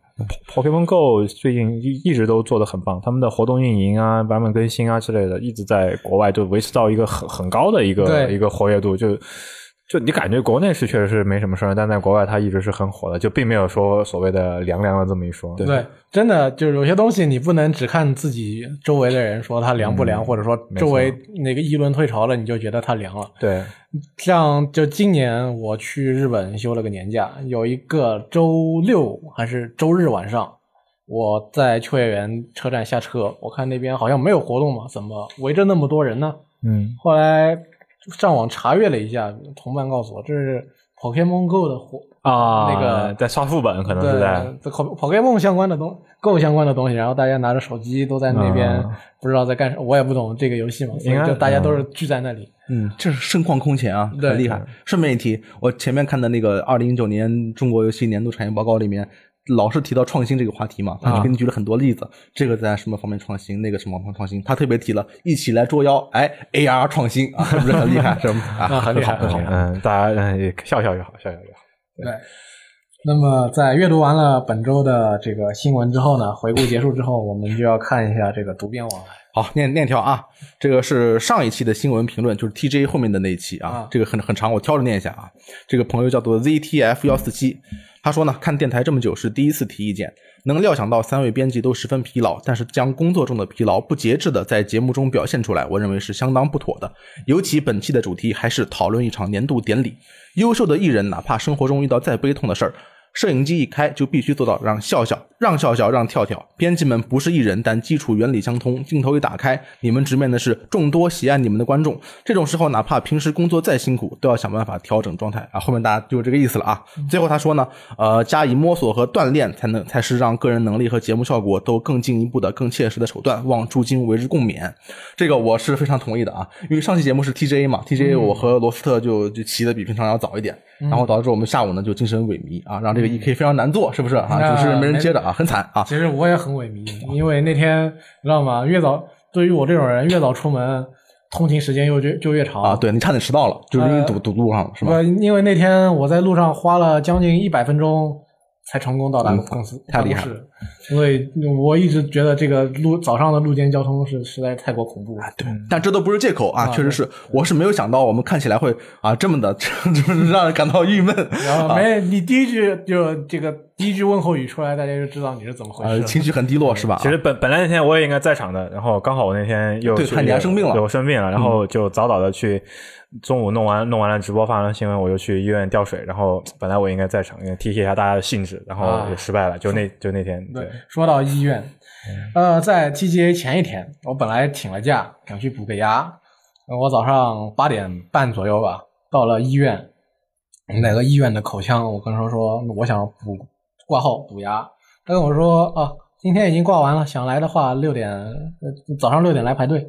Pokemon Go 最近一一直都做的很棒，他们的活动运营啊、版本更新啊之类的，一直在国外就维持到一个很很高的一个对一个活跃度，就。就你感觉国内是确实是没什么事儿，但在国外它一直是很火的，就并没有说所谓的凉凉了这么一说。对，真的就是有些东西你不能只看自己周围的人说它凉不凉，嗯或者说没错周围哪个议论退潮了，你就觉得它凉了。对，像就今年我去日本休了个年假，有一个周六还是周日晚上，我在秋叶原车站下车，我看那边好像没有活动嘛，怎么围着那么多人呢？嗯，后来上网查阅了一下，同伴告诉我这是 Pokemon Go 的活，啊，那个在刷副本可嗯能是在对，这 Pok- Pokemon 相关的东 Go 相关的东西，然后大家拿着手机都在那边、嗯不知道在干什么，我也不懂这个游戏嘛，所以应该就大家都是聚在那里。嗯，这是盛况空前啊，对很厉害。顺便一提，我前面看的那个二零一九年中国游戏年度产业报告里面，老是提到创新这个话题嘛，他就啊给你举了很多例子，这个在什么方面创新，那个什么方面创新，他特别提了一起来捉妖，哎，AR 创新啊，是不是很厉 害？是吗？啊，很厉害好很好。嗯，大家嗯也笑笑就好，笑笑就好。对。那么，在阅读完了本周的这个新闻之后呢，回顾结束之后，我们就要看一下这个读编网好，念念条啊，这个是上一期的新闻评论，就是 TJ 后面的那一期啊，啊这个很很长，我挑着念一下啊。这个朋友叫做 ZTF 幺四七，他说呢，看电台这么久是第一次提意见，能料想到三位编辑都十分疲劳，但是将工作中的疲劳不节制的在节目中表现出来，我认为是相当不妥的。尤其本期的主题还是讨论一场年度典礼，优秀的艺人哪怕生活中遇到再悲痛的事儿，摄影机一开就必须做到让笑笑、让笑笑、让跳跳。编辑们不是艺人，但基础原理相通。镜头一打开，你们直面的是众多喜爱你们的观众。这种时候，哪怕平时工作再辛苦，都要想办法调整状态啊。后面大家就这个意思了啊。最后他说呢，呃，加以摸索和锻炼，才能才是让个人能力和节目效果都更进一步的、更切实的手段。望诸君为之共勉。这个我是非常同意的啊，因为上期节目是 TJ 嘛，TJ 我和罗斯特就就骑的比平常要早一点，然后导致我们下午呢就精神萎靡啊，让这个 EK 非常难做，是不是啊？那主持人没人接着啊，很惨啊。其实我也很萎靡，因为那天你知道吗？越早，对于我这种人，越早出门，通勤时间又就就越长啊，。对你差点迟到了，就是因为呃哎堵堵路上了，是吧？我因为那天我在路上花了将近一百分钟才成功到达公 司、太厉害办公室。所以我一直觉得这个路早上的路肩交通是实在太过恐怖了。啊对，但这都不是借口啊，确实是，我是没有想到我们看起来会啊这么的， 就是让人感到郁闷。啊然后没你第一句就这个第一句问候语出来，大家就知道你是怎么回呃，事情了。绪很低落是吧？其实本本来那天我也应该在场的，然后刚好我那天又对去看你还生病了对我生病了，然后就早早的去，中午弄完弄完了直播发完了新闻，我就去医院吊水，然后本来我应该在场，应该提携一下大家的兴致，然后啊也失败了，就那就那天对，说到医院，呃，在 TGA 前一天，我本来请了假想去补个牙，我早上八点半左右吧到了医院，哪个医院的口腔，我跟他说我想补挂号补牙，他跟我说啊，今天已经挂完了，想来的话六点呃早上六点来排队，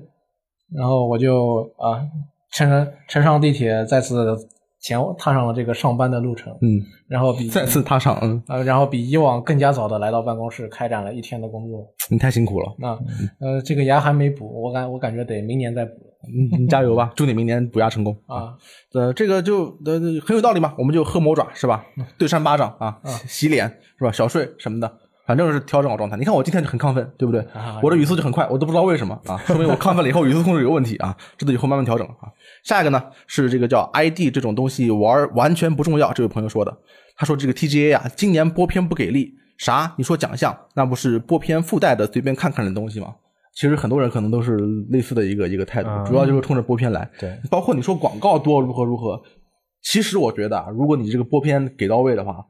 然后我就啊乘着乘上地铁，再次前踏上了这个上班的路程，嗯，然后比再次踏上，嗯，呃，然后比以往更加早的来到办公室，开展了一天的工作。你太辛苦了，那呃，这个牙还没补，我感我感觉得明年再补嗯你你加油吧， 祝你明年补牙成功。啊。呃，这个就呃很有道理嘛，我们就喝魔爪是吧？对扇巴掌啊，洗洗脸是吧？小睡什么的，反正是调整好状态。你看我今天就很亢奋，对不对？啊我的语速就很快，我都不知道为什么啊，说明我亢奋了以后语速控制有问题啊，这得以后慢慢调整啊。下一个呢是这个叫 ID 这种东西玩儿完全不重要，这位朋友说的，他说这个 TGA 啊，今年播片不给力，啥？你说奖项那不是播片附带的随便看看的东西吗？其实很多人可能都是类似的一个一个态度，啊主要就是冲着播片来。对，包括你说广告多如何如何，其实我觉得啊，如果你这个播片给到位的话，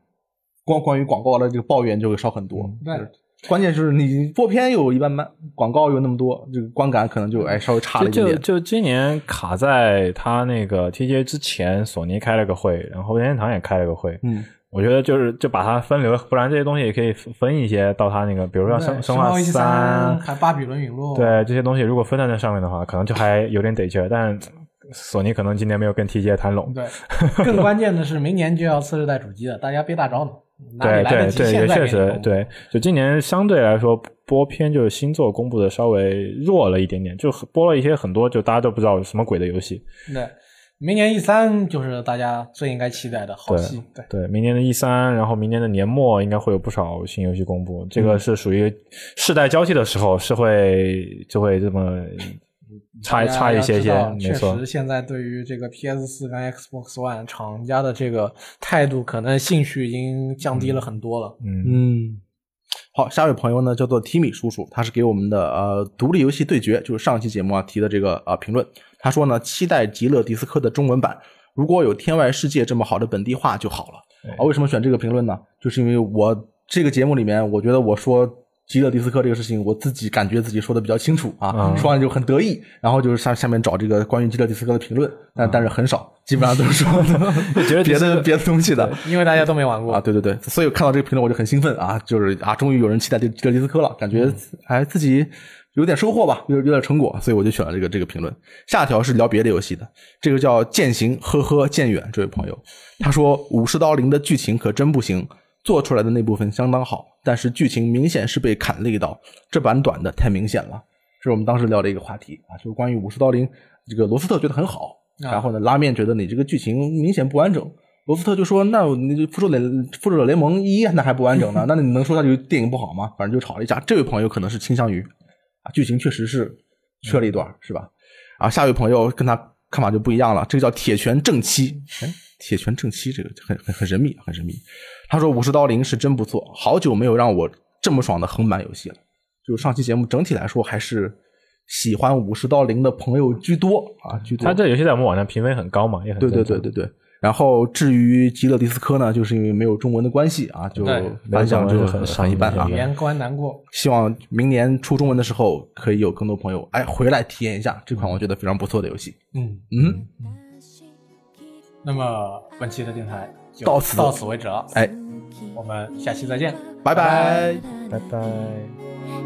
光关于广告的这个抱怨就会少很嗯多。对就是关键就是你播片有一般般，广告有那么多，这个观感可能就哎稍微差了嗯就一点就点。就今年卡在他那个 TGA 之前，索尼开了个会，然后任天堂也开了个会，嗯，我觉得就是就把它分流，不然这些东西也可以分分一些到它那个，比如说对生生化危机三啊三，啊还巴比伦陨落，，对这些东西，如果分在那上面的话，可能就还有点得劲儿。但索尼可能今年没有跟 TGA 谈拢， 对。更关键的是，明年就要次世代主机了，大家别大着脑，哪对里来对得及对，也现在确给你实弄对。就今年相对来说，播片就是新作公布的稍微弱了一点点，就播了一些很多就大家都不知道什么鬼的游戏。对。明年 E 三就是大家最应该期待的好戏，对，对，明年的 E 三，然后明年的年末应该会有不少新游戏公布，这嗯个是属于世代交替的时候，是会就会这么差大家差一些些要知道，没确错实，。现在对于这个 PS 四跟 Xbox One 厂家的这个态度，可能兴趣已经降低了很多了。嗯，嗯，好，下一位朋友呢叫做 Timmy 叔叔，他是给我们的呃独立游戏对决，就是上期节目啊提的这个呃评论。他说呢，期待极乐迪斯科的中文版，如果有《天外世界》这么好的本地化就好了。啊，为什么选这个评论呢？就是因为我这个节目里面，我觉得我说极乐迪斯科这个事情，我自己感觉自己说的比较清楚啊，嗯说完就很得意，然后就是下下面找这个关于极乐迪斯科的评论，但、但是很少，基本上都是说觉得别迪斯的别的东西的。因为大家都没玩过啊，，对对对，所以看到这个评论我就很兴奋啊，就是啊，终于有人期待这这迪斯科了，感嗯觉哎自己有点收获吧，有有点成果，所以我就选了这个这个评论。下一条是聊别的游戏的，这个叫渐行呵呵渐远这位朋友，他说《武士刀零》的剧情可真不行，做出来的那部分相当好，但是剧情明显是被砍了一刀，这版短的太明显了。这是我们当时聊的一个话题啊，就是关于《武士刀零》，这个罗斯特觉得很好，啊然后呢，拉面觉得你这个剧情明显不完整。罗斯特就说：“那你就《复仇者复仇者联盟一》那还不完整呢，那你能说它就是电影不好吗？反正就吵了一架。这位朋友可能是倾向于啊，剧情确实是缺了一段，是吧？啊，下一位朋友跟他看法就不一样了，这个叫铁拳正七，哎，铁拳正七这个很很很神秘，很神秘。他说《武士刀零》是真不错，好久没有让我这么爽的横版游戏了。就是上期节目整体来说还是喜欢《武士刀零》的朋友居多啊，居多。它这游戏在我们网站评分很高嘛，也很对对对正常对对。然后至于《极乐迪斯科》呢，就是因为没有中文的关系啊，就对反响就很很一般啊对。年关难过。希望明年出中文的时候，可以有更多朋友哎回来体验一下这款我觉得非常不错的游戏。嗯，嗯，那么本期的电台就到此到此为止了，哎，我们下期再见。拜拜。拜拜。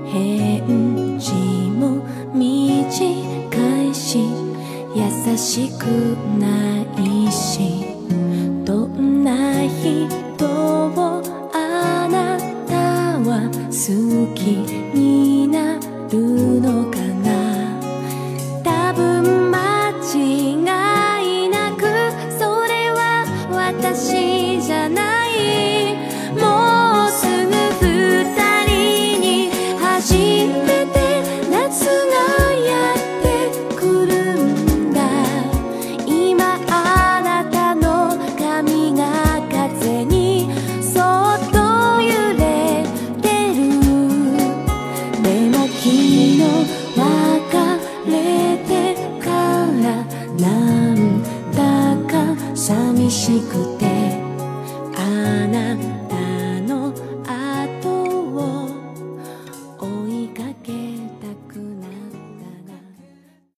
返事も短いし優しくないしどんな人をあなたは好きになるのかな多分間違いなくそれは私じゃないもうなんだか寂しくてあな